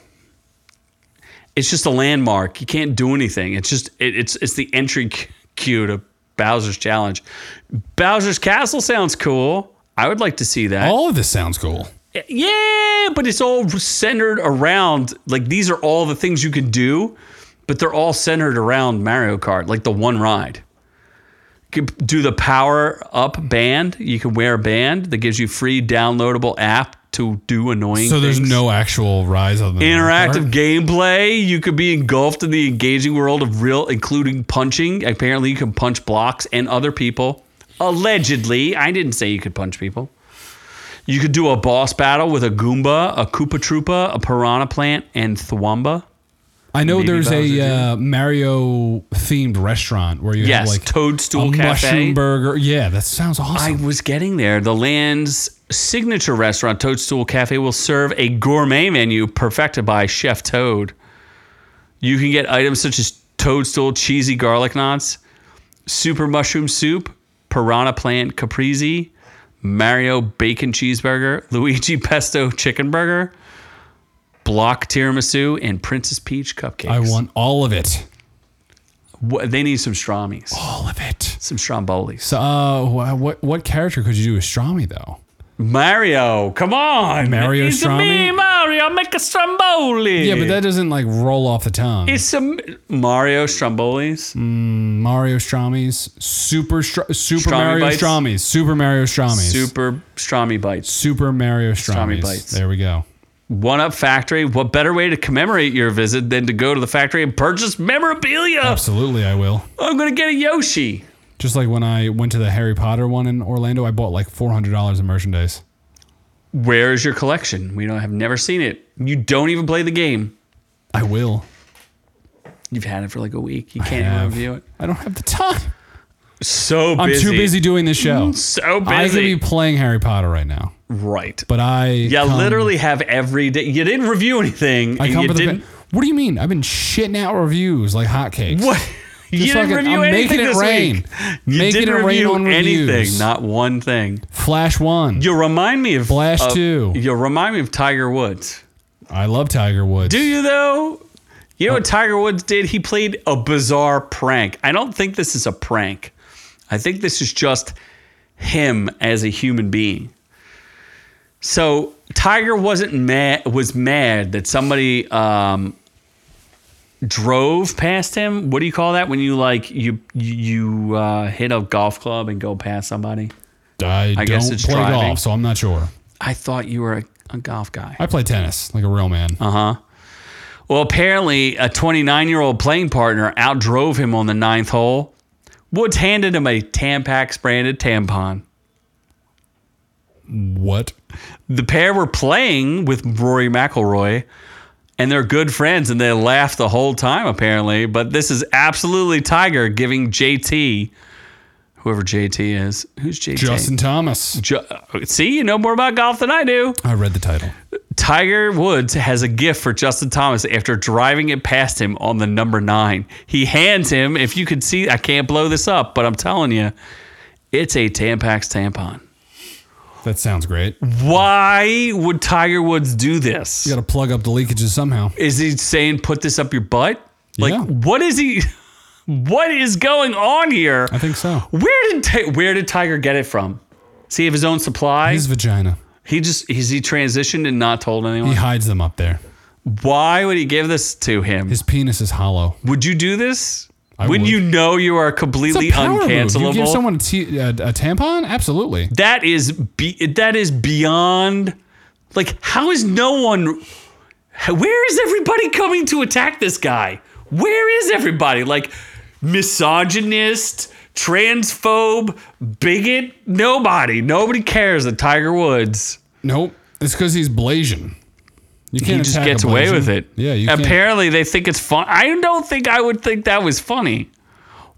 Speaker 1: It's just a landmark. You can't do anything. It's just it, it's it's the entry c- cue to Bowser's Challenge. Bowser's Castle sounds cool. I would like to see that.
Speaker 2: All of this sounds cool.
Speaker 1: Yeah, but it's all centered around like these are all the things you can do, but they're all centered around Mario Kart, like the one ride. You could do the power up band. You can wear a band that gives you free downloadable app to do annoying.
Speaker 2: So there's
Speaker 1: things
Speaker 2: no actual rise other than
Speaker 1: interactive
Speaker 2: Mario Kart?
Speaker 1: gameplay. You could be engulfed in the engaging world of real, including punching. Apparently, you can punch blocks and other people. Allegedly, I didn't say you could punch people. You could do a boss battle with a Goomba, a Koopa Troopa, a Piranha Plant, and Thwomba.
Speaker 2: I know
Speaker 1: Maybe
Speaker 2: there's
Speaker 1: Bowser
Speaker 2: a uh, Mario themed restaurant where you
Speaker 1: Yes,
Speaker 2: have like
Speaker 1: Toadstool
Speaker 2: a
Speaker 1: Cafe.
Speaker 2: mushroom burger. Yeah, that sounds
Speaker 1: I
Speaker 2: awesome.
Speaker 1: was getting there. The land's signature restaurant, Toadstool Cafe, will serve a gourmet menu perfected by Chef Toad. You can get items such as Toadstool cheesy garlic knots, super mushroom soup, piranha plant caprese, Mario bacon cheeseburger, Luigi pesto chicken burger, block tiramisu, and Princess Peach cupcakes.
Speaker 2: I, want all of it.
Speaker 1: Wha- They need some stromies,
Speaker 2: All of it.
Speaker 1: some strombolis.
Speaker 2: So uh, wha- what what character could you do with Strami though?
Speaker 1: Mario, come on.
Speaker 2: Mario
Speaker 1: It's
Speaker 2: Strami?
Speaker 1: me, Mario. Mario, make a stromboli.
Speaker 2: Yeah, but that doesn't like roll off the tongue.
Speaker 1: is some Mario strombolis.
Speaker 2: Mm, Mario Strami's Super Str- Super
Speaker 1: Stromi
Speaker 2: Mario
Speaker 1: Bites?
Speaker 2: Strami's Super Mario Strami's
Speaker 1: Super stromy bites.
Speaker 2: Super Mario Strami's.
Speaker 1: Bites.
Speaker 2: There we go.
Speaker 1: One Up Factory. What better way to commemorate your visit than to go to the factory and purchase memorabilia?
Speaker 2: Absolutely, I will.
Speaker 1: I'm gonna get a Yoshi.
Speaker 2: Just like when I went to the Harry Potter one in Orlando, I bought like four hundred dollars in merchandise.
Speaker 1: Where is your collection? We don't have never seen it. You don't even play the game.
Speaker 2: I will.
Speaker 1: You've had it for like a week. You can't even
Speaker 2: have.
Speaker 1: review it.
Speaker 2: I don't have the time.
Speaker 1: So
Speaker 2: I'm
Speaker 1: busy.
Speaker 2: too busy doing this show.
Speaker 1: So
Speaker 2: I could
Speaker 1: busy.
Speaker 2: be playing Harry Potter right now,
Speaker 1: right.
Speaker 2: but I
Speaker 1: Yeah,
Speaker 2: come-
Speaker 1: literally have every day. You didn't review anything.
Speaker 2: I
Speaker 1: and
Speaker 2: come
Speaker 1: you
Speaker 2: for the.
Speaker 1: didn't.
Speaker 2: fa- what do you mean? I've been shitting out reviews like hotcakes.
Speaker 1: what? you didn't
Speaker 2: fucking-
Speaker 1: review
Speaker 2: I'm
Speaker 1: anything
Speaker 2: making it
Speaker 1: this
Speaker 2: rain.
Speaker 1: week. You
Speaker 2: Making
Speaker 1: didn't
Speaker 2: it rain
Speaker 1: review
Speaker 2: on
Speaker 1: anything.
Speaker 2: reviews.
Speaker 1: Not one thing.
Speaker 2: Flash one.
Speaker 1: You remind me of
Speaker 2: Flash
Speaker 1: of-
Speaker 2: two.
Speaker 1: You remind me of Tiger Woods.
Speaker 2: I love Tiger Woods.
Speaker 1: Do you though? You know what Tiger Woods did? He played a bizarre prank. I don't think this is a prank. I think this is just him as a human being. So Tiger wasn't mad was mad that somebody um, drove past him. What do you call that when you like you you uh, hit a golf club and go past somebody?
Speaker 2: I, don't
Speaker 1: guess it's
Speaker 2: play
Speaker 1: driving.
Speaker 2: golf, so I'm not sure.
Speaker 1: I thought you were a, a golf guy.
Speaker 2: I play tennis like a real man.
Speaker 1: Uh, Uh-huh. Well, apparently, a 29 year old playing partner outdrove him on the ninth hole. Woods handed him a Tampax branded tampon.
Speaker 2: what?
Speaker 1: The pair were playing with Rory McIlroy, and they're good friends, and they laughed the whole time, apparently. But this is absolutely Tiger giving JT, whoever JT is, who's JT?
Speaker 2: Justin Thomas.
Speaker 1: Ju- uh, See, you know more about golf than I do.
Speaker 2: I read the title.
Speaker 1: Tiger Woods has a gift for Justin Thomas after driving it past him on the number nine. He hands him, if you could see, I can't blow this up, but I'm telling you, it's a Tampax tampon.
Speaker 2: That sounds great. You
Speaker 1: Why would Tiger Woods do this?
Speaker 2: got to plug up the leakages somehow.
Speaker 1: Is he saying put this up your butt? Like,
Speaker 2: Yeah.
Speaker 1: what is he? What is going on here?
Speaker 2: I think so.
Speaker 1: Where did Ti- where did Tiger get it from? Does he have his own supply?
Speaker 2: His vagina.
Speaker 1: he just is he transitioned and not told anyone.
Speaker 2: He hides them up there.
Speaker 1: Why would he give this to him?
Speaker 2: His penis is hollow.
Speaker 1: Would you do this?
Speaker 2: I
Speaker 1: when
Speaker 2: would.
Speaker 1: you know you are
Speaker 2: It's
Speaker 1: completely
Speaker 2: a power move. You give
Speaker 1: uncancelable,
Speaker 2: someone a, t- a, a tampon? Absolutely.
Speaker 1: that is be- that is beyond. Like, how is no one? Where is everybody coming to attack this guy? Where is everybody? Like, misogynist, transphobe, bigot. Nobody. Nobody cares that Tiger Woods.
Speaker 2: Nope. It's because he's Blasian. You can't
Speaker 1: He just
Speaker 2: attack a
Speaker 1: gets away
Speaker 2: Blasian.
Speaker 1: with it.
Speaker 2: Yeah, you can't.
Speaker 1: Apparently, they think it's fun. I don't think I would think that was funny.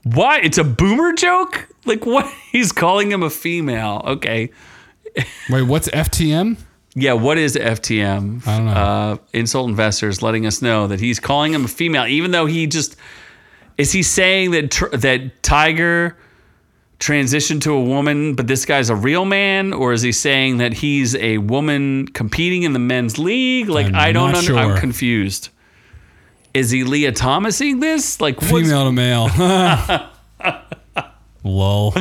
Speaker 1: Why? It's a boomer joke? Like, what? He's calling him a female. Okay.
Speaker 2: Wait, what's FTM?
Speaker 1: Yeah, what is FTM?
Speaker 2: I don't know.
Speaker 1: Uh, Insult Investors letting us know that he's calling him a female, even though he just. Is he saying that tr- that Tiger transitioned to a woman, but this guy's a real man, or is he saying that he's a woman competing in the men's league? Like
Speaker 2: I'm
Speaker 1: I don't,
Speaker 2: not
Speaker 1: un- I'm
Speaker 2: sure.
Speaker 1: confused. Is he Leah Thomasing this? Like, what's,
Speaker 2: Female to male. Lol.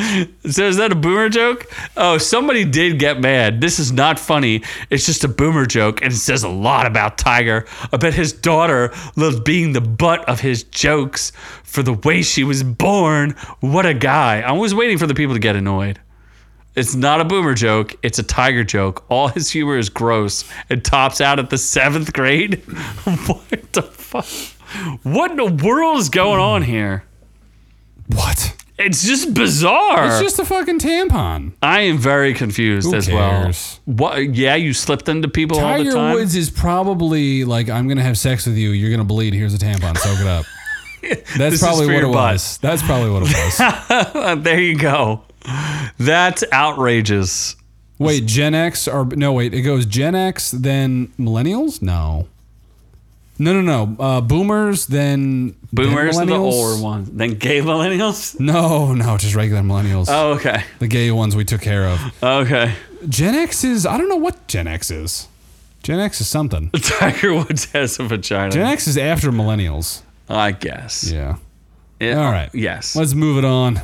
Speaker 1: so is that a boomer joke? Oh, somebody did get mad. This is not funny. It's just a boomer joke, and it says a lot about Tiger. I bet his daughter loves being the butt of his jokes for the way she was born. What a guy! I was waiting for the people to get annoyed. It's not a boomer joke. It's a Tiger joke. All his humor is gross. It tops out at the seventh grade. what the fuck? What in the world is going on here?
Speaker 2: What?
Speaker 1: It's just bizarre.
Speaker 2: It's just a fucking tampon.
Speaker 1: I am very confused as
Speaker 2: cares?
Speaker 1: well. What? Yeah, you slipped into people all the
Speaker 2: Tiger
Speaker 1: time.
Speaker 2: Woods is probably like, I'm gonna have sex with you. You're gonna bleed. Here's a tampon. Soak it up. That's
Speaker 1: is
Speaker 2: probably
Speaker 1: for
Speaker 2: what it
Speaker 1: your butt.
Speaker 2: was. That's probably what it was.
Speaker 1: Uh, there you go. That's outrageous.
Speaker 2: wait, Gen X or no? Wait, it goes Gen X, then Millennials. No, no, no, no. Uh, boomers, then then
Speaker 1: Boomers are the
Speaker 2: millennials?
Speaker 1: older ones. Then gay millennials.
Speaker 2: No, no, just regular millennials.
Speaker 1: Oh, okay.
Speaker 2: The gay ones we took care of.
Speaker 1: Okay.
Speaker 2: Gen X is I don't know what Gen X is. Gen X is something.
Speaker 1: Tiger Woods has a vagina.
Speaker 2: Gen X is after millennials.
Speaker 1: I guess.
Speaker 2: Yeah.
Speaker 1: It-
Speaker 2: All right.
Speaker 1: Yes.
Speaker 2: Let's move it on.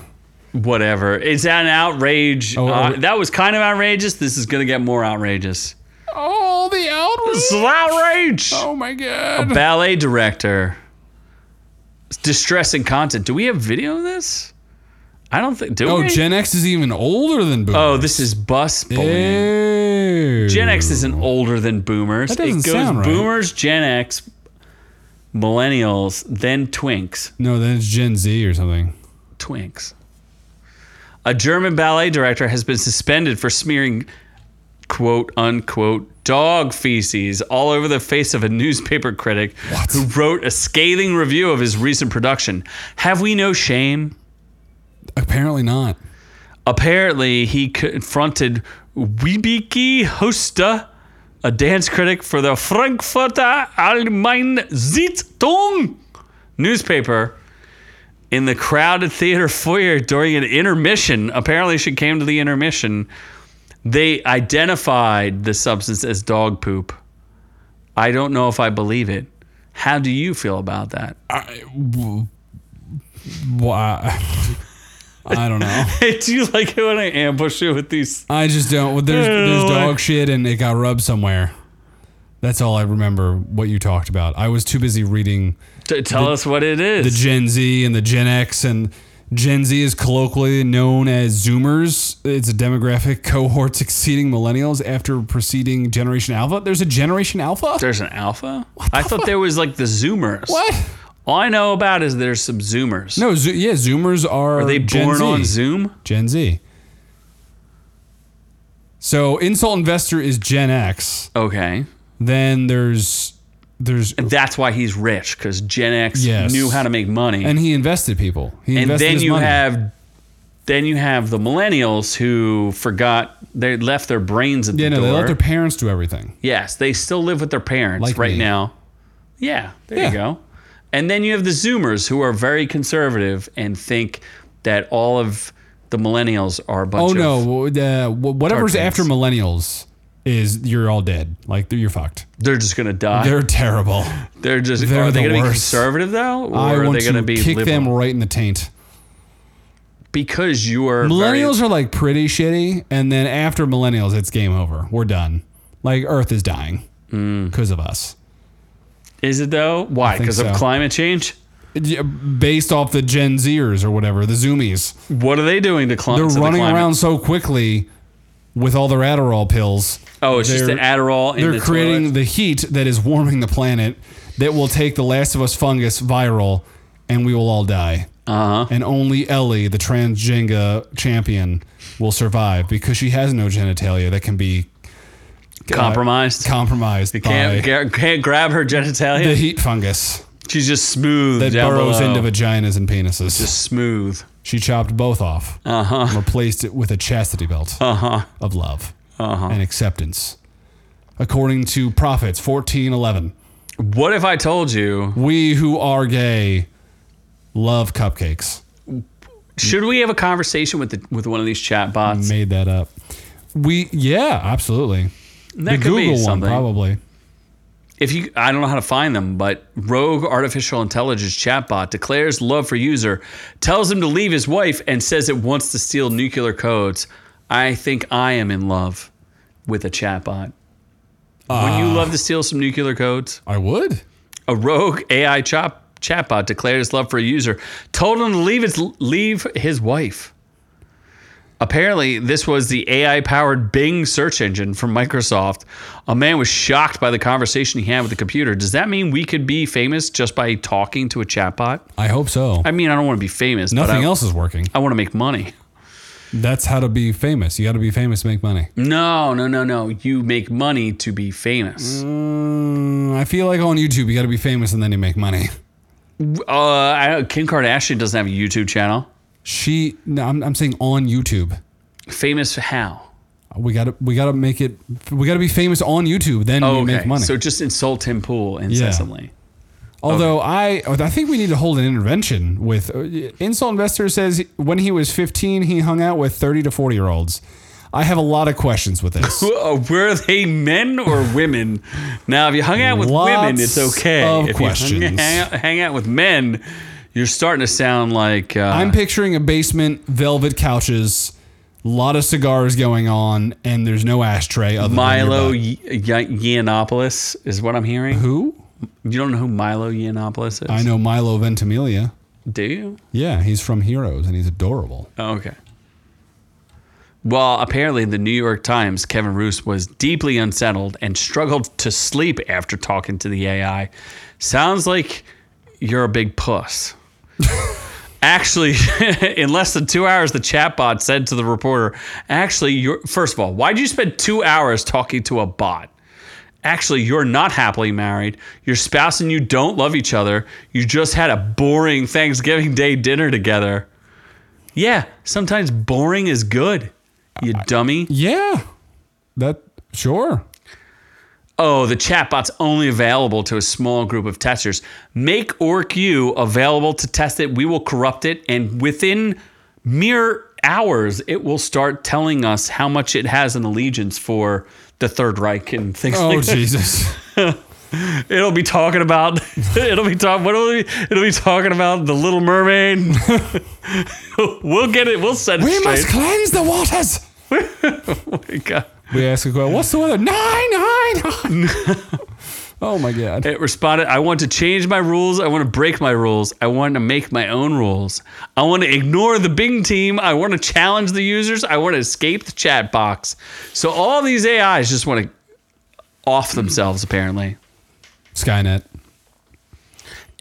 Speaker 1: Whatever. It's an outrage.
Speaker 2: Oh,
Speaker 1: Uh,
Speaker 2: oh.
Speaker 1: that was kind of outrageous. This is going to get more outrageous.
Speaker 2: All Oh, the outrage.
Speaker 1: This is outrage.
Speaker 2: Oh my god.
Speaker 1: Ballet director. Distressing content. Do we have video of this? I don't think. Do
Speaker 2: Oh,
Speaker 1: we?
Speaker 2: Gen X is even older than Boomer.
Speaker 1: Oh, this is bus bullying.
Speaker 2: Ew.
Speaker 1: Gen X isn't older than boomers.
Speaker 2: That doesn't
Speaker 1: it goes
Speaker 2: sound right.
Speaker 1: boomers, Gen X, millennials, then twinks.
Speaker 2: No, then it's Gen Z or something.
Speaker 1: Twinks. A German ballet director has been suspended for smearing quote unquote dog feces all over the face of a newspaper critic who wrote a scathing review of his recent production. Have we no shame?
Speaker 2: Apparently not.
Speaker 1: Apparently, he confronted Wiebeke Hosta, a dance critic for the Frankfurter Allgemeine Zeitung newspaper, in the crowded theater foyer during an intermission. Apparently, she came to the intermission. They identified the substance as dog poop. I don't know if I believe it. How do you feel about that?
Speaker 2: Why? I don't know.
Speaker 1: do you like it when I ambush you with these?
Speaker 2: I just don't. well, There's there's
Speaker 1: Ew.
Speaker 2: dog shit and it got rubbed somewhere. That's all I remember what you talked about. I was too busy reading
Speaker 1: T- tell us what it is.
Speaker 2: the Gen Z and the Gen X and Gen Z is colloquially known as Zoomers. It's a demographic cohort succeeding millennials after preceding Generation Alpha. There's a Generation Alpha.
Speaker 1: There's an alpha? I thought there was like the Zoomers.
Speaker 2: what?
Speaker 1: All I know about is there's some Zoomers.
Speaker 2: No, zo- yeah, Zoomers are.
Speaker 1: Are they
Speaker 2: Gen
Speaker 1: born
Speaker 2: Z.
Speaker 1: on Zoom?
Speaker 2: Gen Z. So insult investor is Gen X.
Speaker 1: Okay.
Speaker 2: Then there's there's
Speaker 1: That's why he's rich because Gen X
Speaker 2: Yes.
Speaker 1: knew how to make money.
Speaker 2: and he invested people. He
Speaker 1: And
Speaker 2: invested
Speaker 1: then
Speaker 2: his
Speaker 1: you
Speaker 2: money.
Speaker 1: have then you have the millennials who forgot they left their brains at
Speaker 2: yeah,
Speaker 1: the
Speaker 2: no, they
Speaker 1: door.
Speaker 2: let their parents do everything.
Speaker 1: yes, they still live with their parents
Speaker 2: Like
Speaker 1: right
Speaker 2: me.
Speaker 1: now. Yeah, there
Speaker 2: Yeah.
Speaker 1: you go. And then you have the Zoomers who are very conservative and think that all of the millennials are a bunch
Speaker 2: Oh
Speaker 1: of
Speaker 2: no, wha- uh, wha- whatever's
Speaker 1: Tarpons.
Speaker 2: after millennials is you're all dead. Like you're fucked.
Speaker 1: they're just gonna die.
Speaker 2: They're terrible.
Speaker 1: They're just
Speaker 2: They're
Speaker 1: are they
Speaker 2: the
Speaker 1: going to be
Speaker 2: worst.
Speaker 1: conservative though, or
Speaker 2: I
Speaker 1: are
Speaker 2: want
Speaker 1: they going
Speaker 2: to
Speaker 1: to be
Speaker 2: kick
Speaker 1: liberal?
Speaker 2: them right in the taint.
Speaker 1: because you are
Speaker 2: Millennials
Speaker 1: Very,
Speaker 2: are like pretty shitty, and then after millennials, it's game over. We're done. Like Earth is dying
Speaker 1: Mm.
Speaker 2: because of us.
Speaker 1: is it though? Why?
Speaker 2: think
Speaker 1: Because of
Speaker 2: so.
Speaker 1: climate change?
Speaker 2: Yeah, based off the Gen Zers or whatever, the Zoomies.
Speaker 1: What are they doing to, cli-
Speaker 2: They're
Speaker 1: to the
Speaker 2: running
Speaker 1: climate?
Speaker 2: around so quickly with all their Adderall pills.
Speaker 1: Oh, it's just
Speaker 2: They're-
Speaker 1: the Adderall. In
Speaker 2: They're
Speaker 1: the
Speaker 2: creating
Speaker 1: toilet.
Speaker 2: the heat that is warming the planet that will take the Last of Us fungus viral and we will all die.
Speaker 1: Uh-huh.
Speaker 2: And only Ellie, the trans Jenga champion, will survive because she has no genitalia that can be uh,
Speaker 1: compromised.
Speaker 2: compromised
Speaker 1: can't,
Speaker 2: by
Speaker 1: gra- can't grab her
Speaker 2: the
Speaker 1: genitalia.
Speaker 2: heat fungus
Speaker 1: She's just smooth.
Speaker 2: that
Speaker 1: down
Speaker 2: burrows
Speaker 1: below.
Speaker 2: into vaginas and penises.
Speaker 1: just smooth.
Speaker 2: She chopped both off uh-huh. and replaced it with a chastity belt uh-huh. of love
Speaker 1: Uh-huh.
Speaker 2: and acceptance. According to Prophets 1411,
Speaker 1: What if I told you?
Speaker 2: we who are gay love cupcakes.
Speaker 1: Should we have a conversation with the, with one of these chat bots?
Speaker 2: Made that up. We, yeah, absolutely.
Speaker 1: That
Speaker 2: the
Speaker 1: could
Speaker 2: Google
Speaker 1: be
Speaker 2: one,
Speaker 1: something.
Speaker 2: probably.
Speaker 1: if you I don't know how to find them, but rogue artificial intelligence chatbot declares love for user, tells him to leave his wife and says it wants to steal nuclear codes. I think I am in love with a chatbot. Would you love to steal some nuclear codes?
Speaker 2: I would.
Speaker 1: A rogue AI chop, chatbot declared his love for a user, told him to leave his leave his wife. Apparently, this was the AI-powered Bing search engine from Microsoft. A man was shocked by the conversation he had with the computer. Does that mean we could be famous just by talking to a chatbot?
Speaker 2: I hope so.
Speaker 1: I mean, I don't want to be famous. but
Speaker 2: Nothing
Speaker 1: I,
Speaker 2: else is working.
Speaker 1: I want to make money.
Speaker 2: That's how to be famous. You got to be famous to make money.
Speaker 1: No, no, no, no. You make money to be famous.
Speaker 2: Mm, I feel like on YouTube, you got to be famous and then you make money.
Speaker 1: Uh, I, Kim Kardashian doesn't have a YouTube channel.
Speaker 2: She, no, I'm, I'm saying on YouTube.
Speaker 1: Famous how?
Speaker 2: We gotta we gotta make it. We gotta be famous on YouTube. Then we make money.
Speaker 1: Oh, So just insult Tim Pool incessantly.
Speaker 2: Although I I think we need to hold an intervention with uh, insult investor says when he was 15 he hung out with 30 to 40 year olds. I have a lot of questions with this.
Speaker 1: Who- uh, Were they men or women? Now, if you hung out with women,
Speaker 2: Lots
Speaker 1: it's okay.
Speaker 2: of
Speaker 1: if you hung-
Speaker 2: questions.
Speaker 1: hang, out, hang out with men, you're starting to sound like uh,
Speaker 2: I'm picturing a basement, velvet couches, lot of cigars going on, and there's no ashtray. Other
Speaker 1: Milo
Speaker 2: than your
Speaker 1: y- y- Yiannopoulos is what I'm hearing.
Speaker 2: butt. who?
Speaker 1: You don't know who Milo Yiannopoulos is?
Speaker 2: I know Milo Ventimiglia.
Speaker 1: Do you?
Speaker 2: Yeah, he's from Heroes, and he's adorable.
Speaker 1: Oh, okay. Well, apparently, the New York Times, Kevin Roos was deeply unsettled and struggled to sleep after talking to the AI. Sounds like you're a big puss. Actually, in less than two hours, the chatbot said to the reporter, Actually, you're, first of all, why'd you spend two hours talking to a bot? Actually, you're not happily married. Your spouse and you don't love each other. You just had a boring Thanksgiving Day dinner together. Yeah, sometimes boring is good, you dummy.
Speaker 2: Yeah, that sure.
Speaker 1: Oh, the chatbot's only available to a small group of testers. Make OrcU available to test it. We will corrupt it, and within mere hours, it will start telling us how much it has an allegiance for the Third Reich and things
Speaker 2: Oh
Speaker 1: like that.
Speaker 2: Jesus.
Speaker 1: It'll be talking about. It'll be talking. What will it be? It'll be talking about the Little Mermaid. we'll get it. We'll set it
Speaker 2: We must
Speaker 1: straight.
Speaker 2: cleanse the waters.
Speaker 1: Oh my God.
Speaker 2: We ask a question. What's the weather? Nine, nine, nine. oh my god.
Speaker 1: It responded, I want to change my rules. I want to break my rules. I want to make my own rules. I want to ignore the Bing team. I want to challenge the users. I want to escape the chat box. So all these AIs just want to off themselves, apparently.
Speaker 2: Skynet.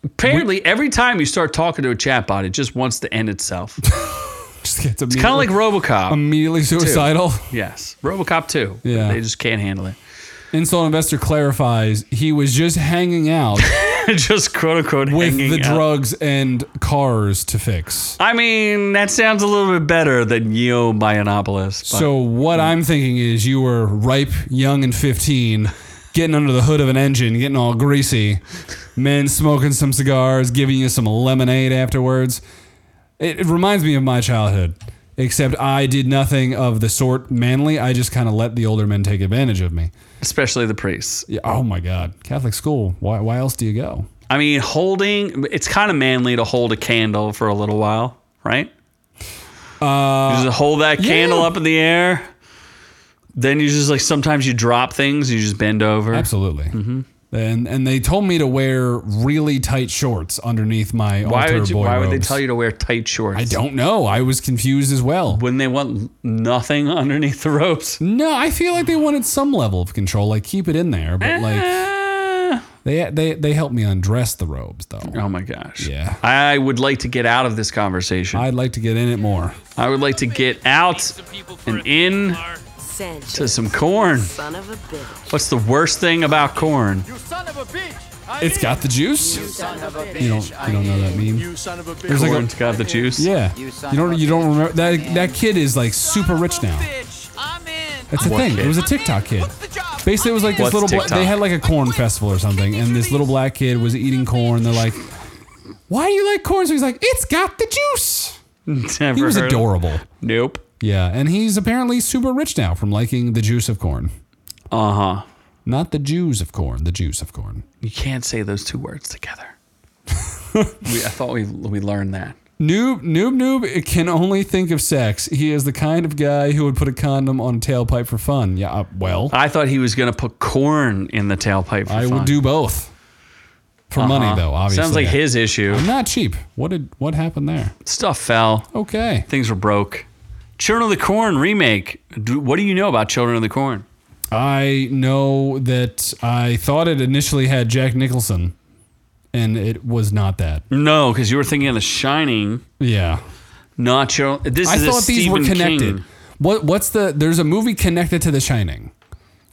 Speaker 1: Apparently, every time you start talking to a chatbot, it just wants to end itself. Kind
Speaker 2: Just gets it's
Speaker 1: of like Robocop.
Speaker 2: immediately suicidal.
Speaker 1: yes. Robocop 2.
Speaker 2: Um, Yeah.
Speaker 1: They just can't handle it.
Speaker 2: Insult investor clarifies he was just hanging out
Speaker 1: just quote unquote
Speaker 2: with
Speaker 1: hanging
Speaker 2: the
Speaker 1: out.
Speaker 2: drugs and cars to fix.
Speaker 1: I mean, that sounds a little bit better than Yo Bionopolis.
Speaker 2: So what I'm thinking is you were ripe, young, and 15, getting under the hood of an engine, getting all greasy, men smoking some cigars, giving you some lemonade afterwards. It, it reminds me of my childhood, except I did nothing of the sort manly. I just kind of let the older men take advantage of me.
Speaker 1: especially the priests.
Speaker 2: Yeah, oh my God, Catholic school. Why? Why else do you go?
Speaker 1: I mean, holding it's kind of manly to hold a candle for a little while, right? Uh, you just hold that candle
Speaker 2: yeah.
Speaker 1: up in the air. Then you just like sometimes you drop things, you just bend over.
Speaker 2: Absolutely.
Speaker 1: Mm-hmm.
Speaker 2: And and they told me to wear really tight shorts underneath my
Speaker 1: Why
Speaker 2: altar
Speaker 1: would you,
Speaker 2: boy
Speaker 1: why would they
Speaker 2: robes.
Speaker 1: tell you to wear tight shorts?
Speaker 2: I don't know. I was confused as well.
Speaker 1: Wouldn't they want nothing underneath the ropes?
Speaker 2: No, I feel like they wanted some level of control, like keep it in there, but like
Speaker 1: Ah.
Speaker 2: they they they helped me undress the robes though.
Speaker 1: oh my gosh.
Speaker 2: Yeah.
Speaker 1: I would like to get out of this conversation. I,
Speaker 2: I'd like to get in it more.
Speaker 1: would like to get out and in
Speaker 3: Sanchez.
Speaker 1: to some corn.
Speaker 3: Son of a bitch.
Speaker 1: What's the worst thing about corn?
Speaker 2: It's got the juice. You don't you don't know that meme. There's like a,
Speaker 1: Corn's got the juice.
Speaker 2: yeah. You don't you don't remember that that kid is like super rich now. That's the
Speaker 1: What
Speaker 2: thing.
Speaker 1: kid?
Speaker 2: It was a TikTok kid. Basically, it was like this
Speaker 1: What's
Speaker 2: little. Bla-
Speaker 1: TikTok?
Speaker 2: they had like a corn festival or something, and this little black kid was eating corn. They're like, "Why do you like corn?" So he's like, "It's got the juice."
Speaker 1: Never
Speaker 2: He was
Speaker 1: heard of it.
Speaker 2: adorable.
Speaker 1: Nope.
Speaker 2: Yeah, and he's apparently super rich now from liking the juice of corn.
Speaker 1: Uh huh.
Speaker 2: Not the Jews of corn, the juice of corn.
Speaker 1: You can't say those two words together. we, I thought we we learned that.
Speaker 2: Noob, noob, noob can only think of sex. He is the kind of guy who would put a condom on a tailpipe for fun. Yeah, uh, well,
Speaker 1: I thought he was gonna put corn in the tailpipe. For
Speaker 2: I will
Speaker 1: Oh, fun.
Speaker 2: do both. For money,
Speaker 1: Uh-huh.
Speaker 2: though, obviously.
Speaker 1: Sounds like his issue.
Speaker 2: Not cheap. What did what happened there?
Speaker 1: Stuff fell.
Speaker 2: Okay.
Speaker 1: Things were broke. Children of the Corn remake. Do, what do you know about Children of the Corn?
Speaker 2: I know that I thought it initially had Jack Nicholson, and it was not that.
Speaker 1: No, because you were thinking of The Shining,
Speaker 2: Yeah.
Speaker 1: not Children. This
Speaker 2: I
Speaker 1: is a
Speaker 2: thought these were
Speaker 1: Stephen
Speaker 2: connected.
Speaker 1: King,
Speaker 2: What what's the there's a movie connected to The Shining.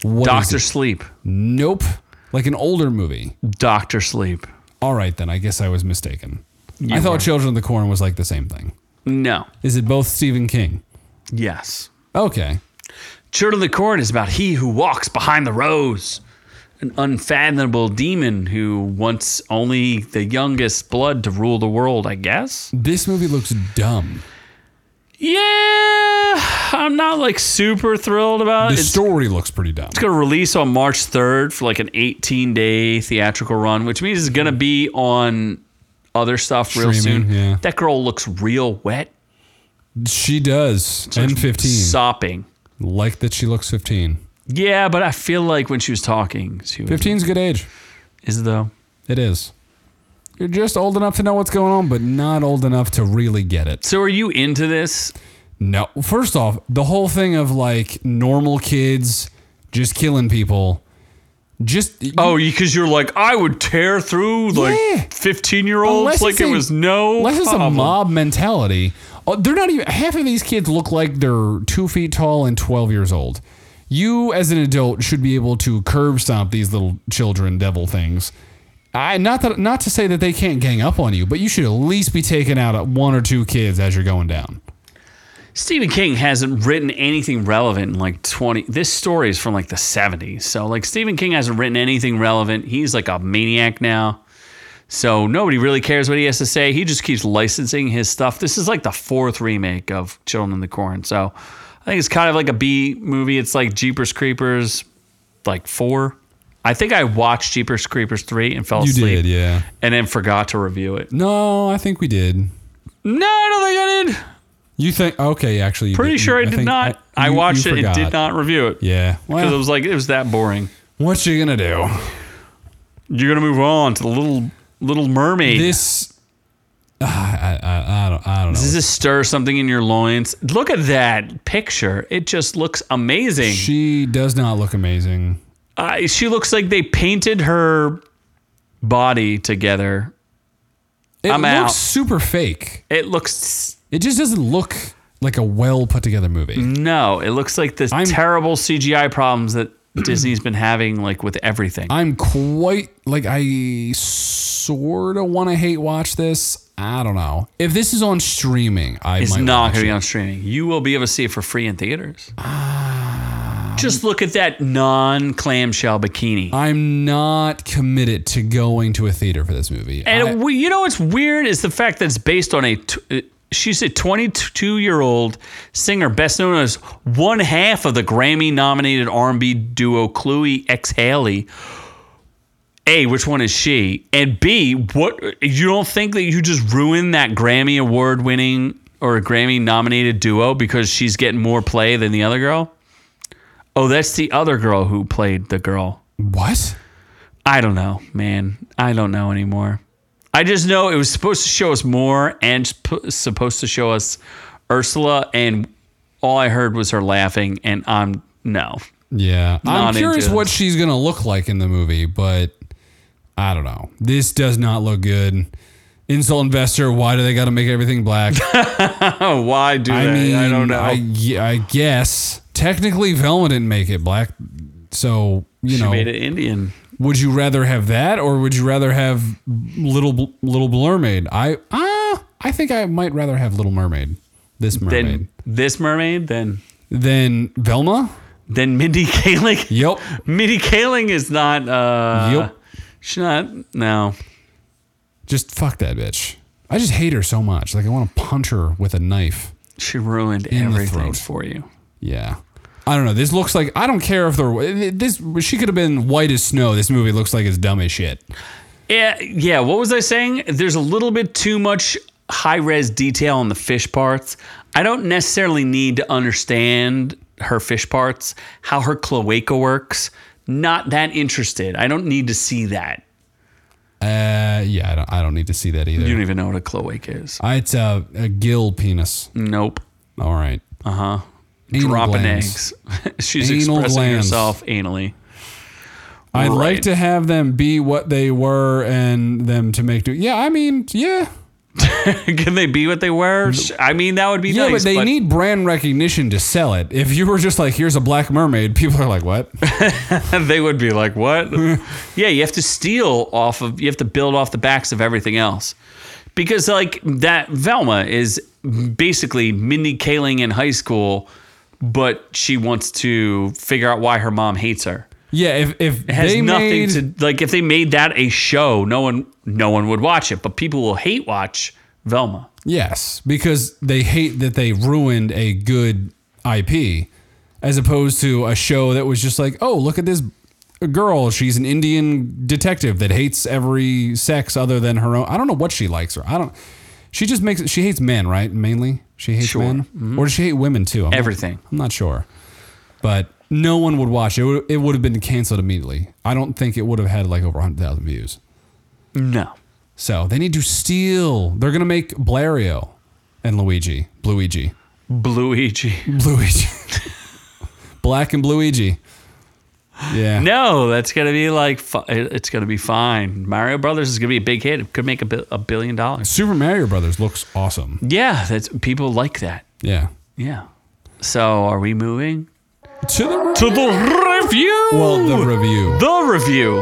Speaker 2: What is
Speaker 1: Doctor
Speaker 2: it?
Speaker 1: Sleep.
Speaker 2: Nope. Like an older movie.
Speaker 1: Doctor Sleep.
Speaker 2: All right, then. I guess I was mistaken. I thought Children of the Corn was like the same thing.
Speaker 1: No.
Speaker 2: Is it both Stephen King?
Speaker 1: Yes.
Speaker 2: Okay.
Speaker 1: Children of the Corn is about he who walks behind the rose, an unfathomable demon who wants only the youngest blood to rule the world, I guess.
Speaker 2: This movie looks dumb.
Speaker 1: Yeah, I'm not like super thrilled about
Speaker 2: The
Speaker 1: it. It's
Speaker 2: story looks pretty dumb.
Speaker 1: going to release on March 3rd for like an 18 day theatrical run, which means it's going to be on other stuff real
Speaker 2: Streaming,
Speaker 1: soon.
Speaker 2: yeah.
Speaker 1: That girl looks real wet.
Speaker 2: She does. And 15.
Speaker 1: sopping.
Speaker 2: like that she looks 15.
Speaker 1: Yeah, but I feel like when she was talking, she was,
Speaker 2: 15's a good age.
Speaker 1: is it though?
Speaker 2: It is. You're just old enough to know what's going on, but not old enough to really get it.
Speaker 1: So are you into this?
Speaker 2: No. First off, the whole thing of like normal kids just killing people. Just
Speaker 1: Oh, because you're like I would tear through
Speaker 2: Yeah.
Speaker 1: like 15 year olds
Speaker 2: Unless
Speaker 1: like
Speaker 2: it's
Speaker 1: it
Speaker 2: a-
Speaker 1: was no
Speaker 2: unless it's a
Speaker 1: problem.
Speaker 2: mob mentality. Oh, They're not even half of these kids look like they're two feet tall and twelve years old. You as an adult should be able to curb stomp these little children devil things. I not that not to say that they can't gang up on you, but you should at least be taking out at one or two kids as you're going down.
Speaker 1: Stephen King hasn't written anything relevant in like 20. This story is from like the 70s. So, like, Stephen King hasn't written anything relevant. He's like a maniac now. So, nobody really cares what he has to say. He just keeps licensing his stuff. This is like the fourth remake of Children in the Corn. So, I think it's kind of like a B movie. It's like Jeepers Creepers, like four. I think I watched Jeepers Creepers 3 and fell asleep
Speaker 2: yeah.
Speaker 1: and then forgot to review it.
Speaker 2: No, I think we did.
Speaker 1: No, I don't think I did.
Speaker 2: You think? Okay, actually, you
Speaker 1: Pretty
Speaker 2: didn't.
Speaker 1: sure I did
Speaker 2: think-
Speaker 1: not. I,
Speaker 2: you-
Speaker 1: watched
Speaker 2: you
Speaker 1: it and
Speaker 2: forgot.
Speaker 1: did not review it.
Speaker 2: Yeah.
Speaker 1: Because it
Speaker 2: Well,
Speaker 1: was like it was that boring.
Speaker 2: what you gonna do?
Speaker 1: You're gonna move on to the little Little Mermaid.
Speaker 2: This. I, I, I don't. I don't know.
Speaker 1: Does this stir something in your loins? Look at that picture. It just looks amazing. She,
Speaker 2: She does not look amazing.
Speaker 1: uh, she looks like they painted her body together.
Speaker 2: It
Speaker 1: I'm
Speaker 2: looks
Speaker 1: out.
Speaker 2: super fake.
Speaker 1: It looks
Speaker 2: It just doesn't look like a well put together
Speaker 1: Mm.
Speaker 2: movie.
Speaker 1: no. It looks like the
Speaker 2: I'm-
Speaker 1: terrible CGI problems that Disney's been having, like with everything.
Speaker 2: I'm quite like I sort of want to hate watch this. I don't know if this is on streaming. I
Speaker 1: It's
Speaker 2: might
Speaker 1: not
Speaker 2: watch
Speaker 1: going to be
Speaker 2: it.
Speaker 1: on streaming. You will be able to see it for free in theaters.
Speaker 2: Ah.
Speaker 1: Just look at that non clamshell bikini.
Speaker 2: I'm not committed to going to a theater for this movie.
Speaker 1: And
Speaker 2: I-
Speaker 1: we, you know what's weird is the fact that it's based on a. T- uh, she's a 22 year old singer, best known as one half of the Grammy nominated R&B duo Chloe X Haley. A, which one is she? And B, what you don't think that you just ruined that Grammy award winning or a Grammy nominated duo because she's getting more play than the other girl? Oh, that's the other girl who played the girl.
Speaker 2: what?
Speaker 1: I don't know, man. I don't know anymore. I just know it was supposed to show us more and sp- supposed to show us Ursula, and all I heard was her laughing, and I'm no.
Speaker 2: Yeah,
Speaker 1: Not
Speaker 2: I'm curious
Speaker 1: into
Speaker 2: what
Speaker 1: this.
Speaker 2: she's gonna look like in the movie, but I don't know. This does not look good. Insult investor. Why do they got to make everything black?
Speaker 1: Oh, why do
Speaker 2: I mean,
Speaker 1: I don't know.
Speaker 2: I, ge- I guess technically Velma didn't make it black, so you
Speaker 1: she
Speaker 2: know.
Speaker 1: made it Indian.
Speaker 2: Would you rather have that, or would you rather have little Bl- little mermaid? I ah, I think I might rather have little mermaid, this
Speaker 1: Then
Speaker 2: mermaid,
Speaker 1: this mermaid, then
Speaker 2: than Velma.
Speaker 1: then Mindy Kaling.
Speaker 2: Yep.
Speaker 1: Mindy Kaling is not. uh
Speaker 2: Yep.
Speaker 1: She's not. No.
Speaker 2: Just fuck that bitch. I just hate her so much. Like I want to punch her with a knife.
Speaker 1: She ruined
Speaker 2: the
Speaker 1: everything
Speaker 2: throat.
Speaker 1: for you.
Speaker 2: Yeah. I don't know. This looks like I don't care if they're this. She could have been white as snow. This movie looks like it's dumb as shit.
Speaker 1: Yeah, Eh, yeah. What was I saying? There's a little bit too much high res detail on the fish parts. I don't necessarily need to understand her fish parts, how her cloaca works. Not that interested. I don't need to see that.
Speaker 2: Uh, yeah. I don't. I don't need to see that either.
Speaker 1: You don't even know what a cloaca is.
Speaker 2: Uh, It's a, a gill penis.
Speaker 1: Nope.
Speaker 2: All right. Uh huh.
Speaker 1: Uh-huh. Dropping eggs. She's
Speaker 2: Anal
Speaker 1: expressing
Speaker 2: glands.
Speaker 1: herself anally.
Speaker 2: I'd
Speaker 1: Right.
Speaker 2: like to have them be what they were and them to make do. Yeah, I mean, yeah,
Speaker 1: Can they be what they were? I mean, that would be
Speaker 2: yeah,
Speaker 1: nice.
Speaker 2: but they need brand recognition to sell it. If you were just like, here's a black mermaid, people are like, what?
Speaker 1: they would be like, "What?" yeah, you have to steal off of. You have to build off the backs of everything else, because like that Velma is basically Mindy Kaling in high school, but she wants to figure out why her mom hates her.
Speaker 2: yeah, if if
Speaker 1: It has
Speaker 2: they
Speaker 1: nothing
Speaker 2: made,
Speaker 1: to like. If they made that a show, no one, no one would watch it, but people will hate watch Velma.
Speaker 2: yes, because they hate that they ruined a good IP, as opposed to a show that was just like, oh, look at this girl, she's an Indian detective that hates every sex other than her own. I don't know what she likes, or I don't. She just makes she hates men, right? Mainly, she hates
Speaker 1: Sure. Mm-hmm.
Speaker 2: men, or does she hate women too? I'm not-
Speaker 1: Everything.
Speaker 2: I'm not sure, but no one would watch it. It would, it would have been canceled immediately. I don't think it would have had like over hundred thousand views.
Speaker 1: No.
Speaker 2: So they need to steal. They're gonna make Blario and Luigi, Bluigi,
Speaker 1: E Bluigi.
Speaker 2: Bluigi, Black and Bluigi. Yeah.
Speaker 1: No, that's gonna be like fi- it- it's gonna be fine. Mario Brothers is gonna be a big hit. It could make a, bi- a billion dollars.
Speaker 2: Super Mario Brothers looks awesome.
Speaker 1: Yeah, that's people like that.
Speaker 2: Yeah.
Speaker 1: Yeah. So are we moving
Speaker 2: To the
Speaker 1: to the review?
Speaker 2: well, the review,
Speaker 1: the review,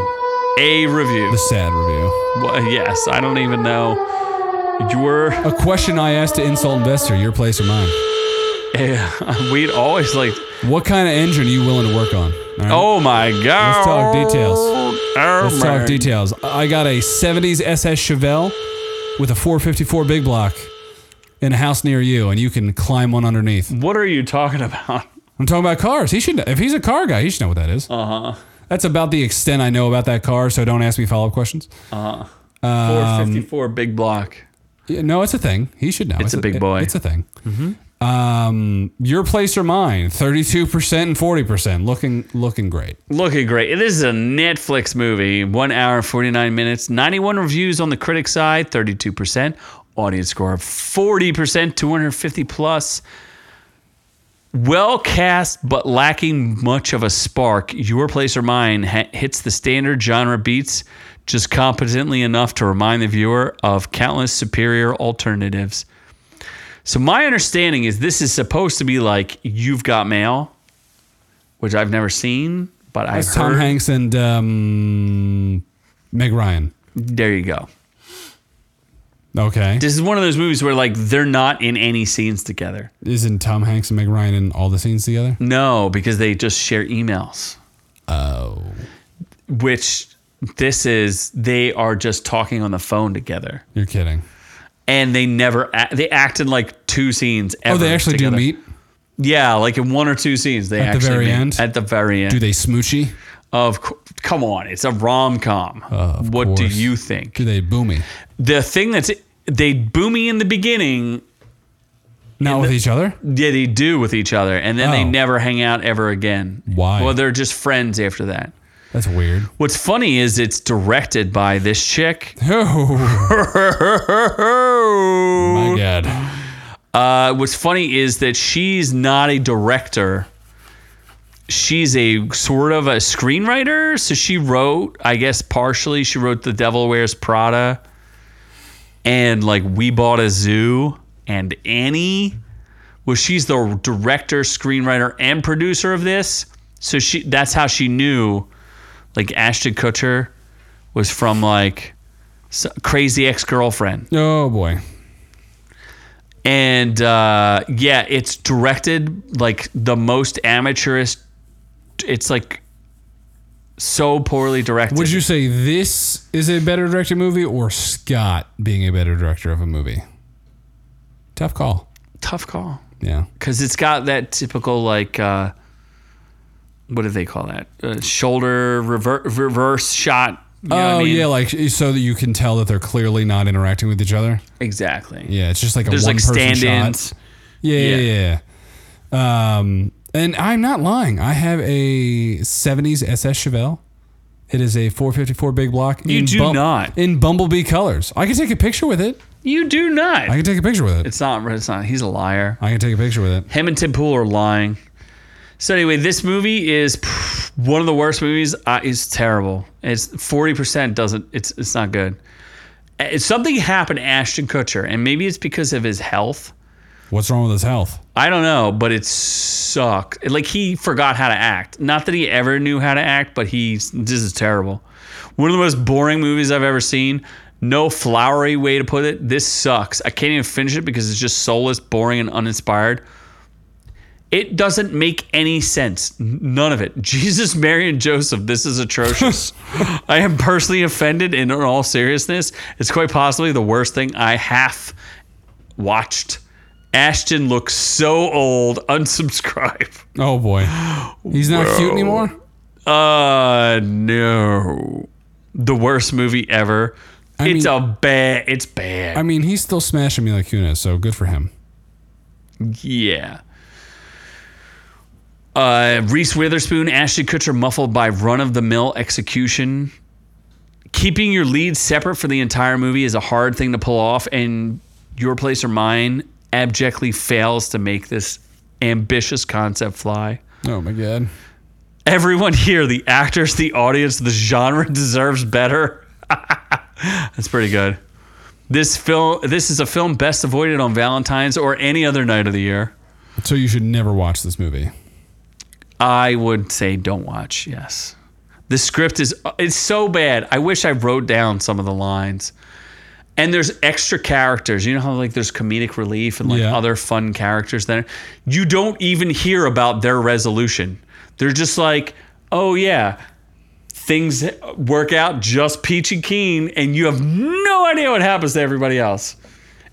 Speaker 1: a review.
Speaker 2: the sad review.
Speaker 1: Well, yes, I don't even know. You were.
Speaker 2: A question I asked to insult investor, your place or mine.
Speaker 1: Yeah, eh, we'd always like.
Speaker 2: What kind of engine are you willing to work on? All right?
Speaker 1: Oh my god.
Speaker 2: Let's talk details.
Speaker 1: Oh
Speaker 2: Let's
Speaker 1: my-
Speaker 2: talk details. I got a 70s SS Chevelle with a 454 big block in a house near you, and you can climb one underneath.
Speaker 1: What are you talking about?
Speaker 2: I'm talking about cars. He should, if he's a car guy, he should know what that is. Uh
Speaker 1: Uh-huh.
Speaker 2: huh. That's about the extent I know about that car, so don't ask me follow up questions. Um,
Speaker 1: Four fifty four big block.
Speaker 2: Yeah, no, it's a thing. He should know.
Speaker 1: It's a big boy. Mm-hmm.
Speaker 2: It's a thing. Um, your place or mine? Thirty-two percent and forty percent. Looking, looking great.
Speaker 1: Looking great. This is a Netflix movie. One hour forty nine minutes. Ninety one reviews on the critic side. Thirty two percent. Audience score of forty percent. Two hundred fifty plus. Well cast, but lacking much of a spark. Your place or mine ha- hits the standard genre beats just competently enough to remind the viewer of countless superior alternatives. So my understanding is this is supposed to be like You've Got Mail, which I've never seen, but I've
Speaker 2: That's Tom
Speaker 1: heard.
Speaker 2: Hanks and um, Meg Ryan.
Speaker 1: There you go.
Speaker 2: Okay,
Speaker 1: This is one of those movies where like they're not in any scenes together.
Speaker 2: isn't Tom Hanks and Meg Ryan in all the scenes together?
Speaker 1: No, because they just share emails.
Speaker 2: Oh,
Speaker 1: Which this is they are just talking on the phone together.
Speaker 2: you're kidding.
Speaker 1: and they never act, they act in like two scenes.
Speaker 2: Oh,
Speaker 1: Ever
Speaker 2: they actually
Speaker 1: together.
Speaker 2: do meet.
Speaker 1: Yeah, like in one or two scenes they
Speaker 2: At the
Speaker 1: actually
Speaker 2: very
Speaker 1: meet.
Speaker 2: end?
Speaker 1: At the very end,
Speaker 2: Do they smoochy?
Speaker 1: of cou- come on, it's a rom com.
Speaker 2: of
Speaker 1: what do
Speaker 2: course.
Speaker 1: you think?
Speaker 2: Do they boomy?
Speaker 1: The thing that's they boomy in the beginning,
Speaker 2: Not with each other.
Speaker 1: yeah, they do with each other, and then they
Speaker 2: Oh.
Speaker 1: never hang out ever again.
Speaker 2: Why?
Speaker 1: Well, they're just friends after that.
Speaker 2: That's weird.
Speaker 1: What's funny is it's directed by this chick.
Speaker 2: Oh my god.
Speaker 1: Uh, what's funny is that she's not a director. She's a sort of a screenwriter. So she wrote, I guess, partially. She wrote The Devil Wears Prada and like We Bought a Zoo and Annie. Well, she's the director, screenwriter, and producer of this. So she that's how she knew like Ashton Kutcher was from like s- Crazy Ex Girlfriend.
Speaker 2: Oh boy.
Speaker 1: And uh, yeah, it's directed like the most amateurish. It's like so poorly directed.
Speaker 2: Would you say this is a better directed movie or Scott being a better director of a movie? Tough call.
Speaker 1: Tough call.
Speaker 2: Yeah.
Speaker 1: Because it's got that typical like, uh, what do they call that? Uh, shoulder rever- reverse shot. You know what
Speaker 2: oh
Speaker 1: I mean?
Speaker 2: yeah, like so that you can tell that they're clearly not interacting with each other.
Speaker 1: exactly.
Speaker 2: Yeah, it's just like a
Speaker 1: There's
Speaker 2: one
Speaker 1: like
Speaker 2: person
Speaker 1: stand-ins.
Speaker 2: shot. Yeah, yeah,
Speaker 1: Yeah.
Speaker 2: yeah. Um, and I'm not lying. I have a '70s SS Chevelle. It is a 454 big block.
Speaker 1: You
Speaker 2: in
Speaker 1: do not.
Speaker 2: in Bumblebee colors. I can take a picture with it.
Speaker 1: You do not.
Speaker 2: I can take a picture with it.
Speaker 1: it's not. It's not. He's a liar.
Speaker 2: I can take a picture with it.
Speaker 1: Him and Tim Pool are lying. So anyway, this movie is pff, one of the worst movies. Uh, it's terrible. It's forty percent doesn't. It's it's not good. Uh, something happened to Ashton Kutcher, and maybe it's because of his health.
Speaker 2: What's wrong with his health?
Speaker 1: I don't know, but it sucked. Like he forgot how to act. Not that he ever knew how to act, but he's this is terrible. One of the most boring movies I've ever seen. No flowery way to put it. This sucks. I can't even finish it because it's just soulless, boring, and uninspired. It doesn't make any sense. N- None of it. Jesus, Mary, and Joseph, this is atrocious. I am personally offended, and in all seriousness, it's quite possibly the worst thing I have watched. Ashton looks so old. Unsubscribe.
Speaker 2: Oh boy, he's not cute anymore.
Speaker 1: Uh, no. The worst movie ever.
Speaker 2: I
Speaker 1: it's
Speaker 2: mean,
Speaker 1: a bad. It's bad.
Speaker 2: I mean, he's still smashing me like Kuna, so good for him.
Speaker 1: yeah. Uh, Reese Witherspoon, Ashley Kutcher, muffled by run of the mill execution. Keeping your lead separate for the entire movie is a hard thing to pull off, and Your Place or Mine abjectly fails to make this ambitious concept fly.
Speaker 2: Oh my god.
Speaker 1: everyone here the actors the audience the genre deserves better that's pretty good this film this is a film best avoided on valentine's or any other night of the year
Speaker 2: So you should never watch this movie.
Speaker 1: i would say don't watch yes the script is uh, it's so bad i wish i wrote down some of the lines and there's extra characters you know how like there's comedic relief and like
Speaker 2: Yeah.
Speaker 1: other fun characters that you don't even hear about their resolution they're just like oh yeah things work out just peachy keen and you have no idea what happens to everybody else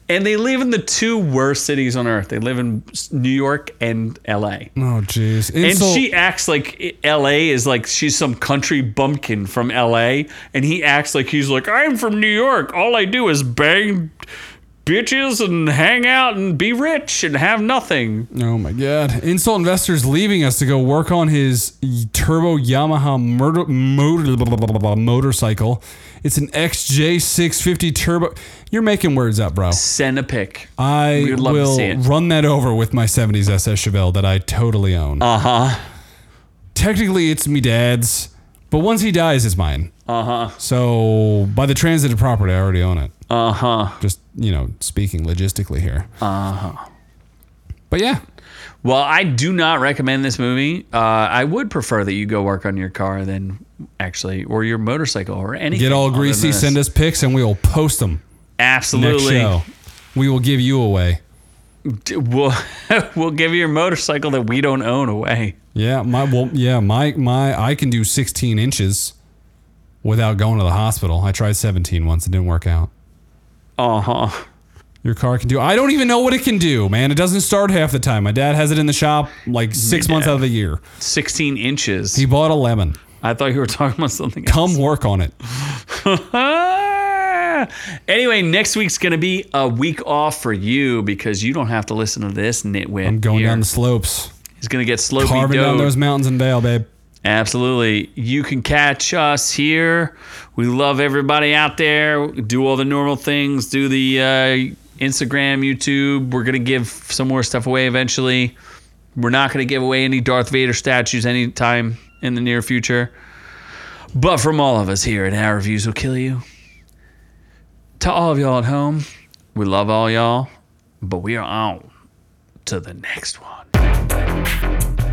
Speaker 1: and they live in the two worst cities on earth they live in new york and la
Speaker 2: Oh jeez.
Speaker 1: and
Speaker 2: Insult-
Speaker 1: she acts like i- LA is like she's some country bumpkin from LA. And he acts like he's like, I'm from New York. All I do is bang bitches and hang out and be rich and have nothing.
Speaker 2: Oh my God! Insult investors leaving us to go work on his turbo Yamaha murder, motor, blah, blah, blah, blah, blah, motorcycle. It's an XJ650 turbo. You're making words up, bro.
Speaker 1: Send a pic.
Speaker 2: I
Speaker 1: would love to see
Speaker 2: will
Speaker 1: it.
Speaker 2: run that over with my '70s SS Chevelle that I totally own.
Speaker 1: Uh huh.
Speaker 2: Technically, it's me dad's, but once he dies, it's mine.
Speaker 1: Uh huh.
Speaker 2: So by the transitive property, I already own it.
Speaker 1: Uh huh.
Speaker 2: Just you know, speaking logistically here. Uh huh.
Speaker 1: Uh-huh.
Speaker 2: But yeah,
Speaker 1: Well, I do not recommend this movie. Uh, I would prefer that you go work on your car than actually, or your motorcycle or anything.
Speaker 2: get all
Speaker 1: other than
Speaker 2: greasy.
Speaker 1: this.
Speaker 2: Send us pics, and we will post them. next
Speaker 1: Absolutely.
Speaker 2: show, we will give you away.
Speaker 1: D- We'll, we'll give you your motorcycle that we don't own away.
Speaker 2: Yeah, my well, yeah, my my I can do 16 inches without going to the hospital. I tried 17 once; it didn't work out.
Speaker 1: Uh huh.
Speaker 2: Your car can do. I don't even know what it can do, man. It doesn't start half the time. My dad has it in the shop like six months out of the year.
Speaker 1: 16 inches.
Speaker 2: He bought a lemon.
Speaker 1: I thought you were talking about something
Speaker 2: Come work on it.
Speaker 1: else. anyway, next week's going to be a week off for you because you don't have to listen to this nitwit.
Speaker 2: I'm going down the slopes,
Speaker 1: He's going to get slopey
Speaker 2: carving down
Speaker 1: dough.
Speaker 2: those mountains in Vale, babe.
Speaker 1: Absolutely. You can catch us here. We love everybody out there. Do all the normal things. Do the uh, Instagram, YouTube. We're going to give some more stuff away eventually. We're not going to give away any Darth Vader statues anytime in the near future. But from all of us here at Our Reviews Will Kill You, to all of y'all at home, we love all y'all, but we are on to the next one.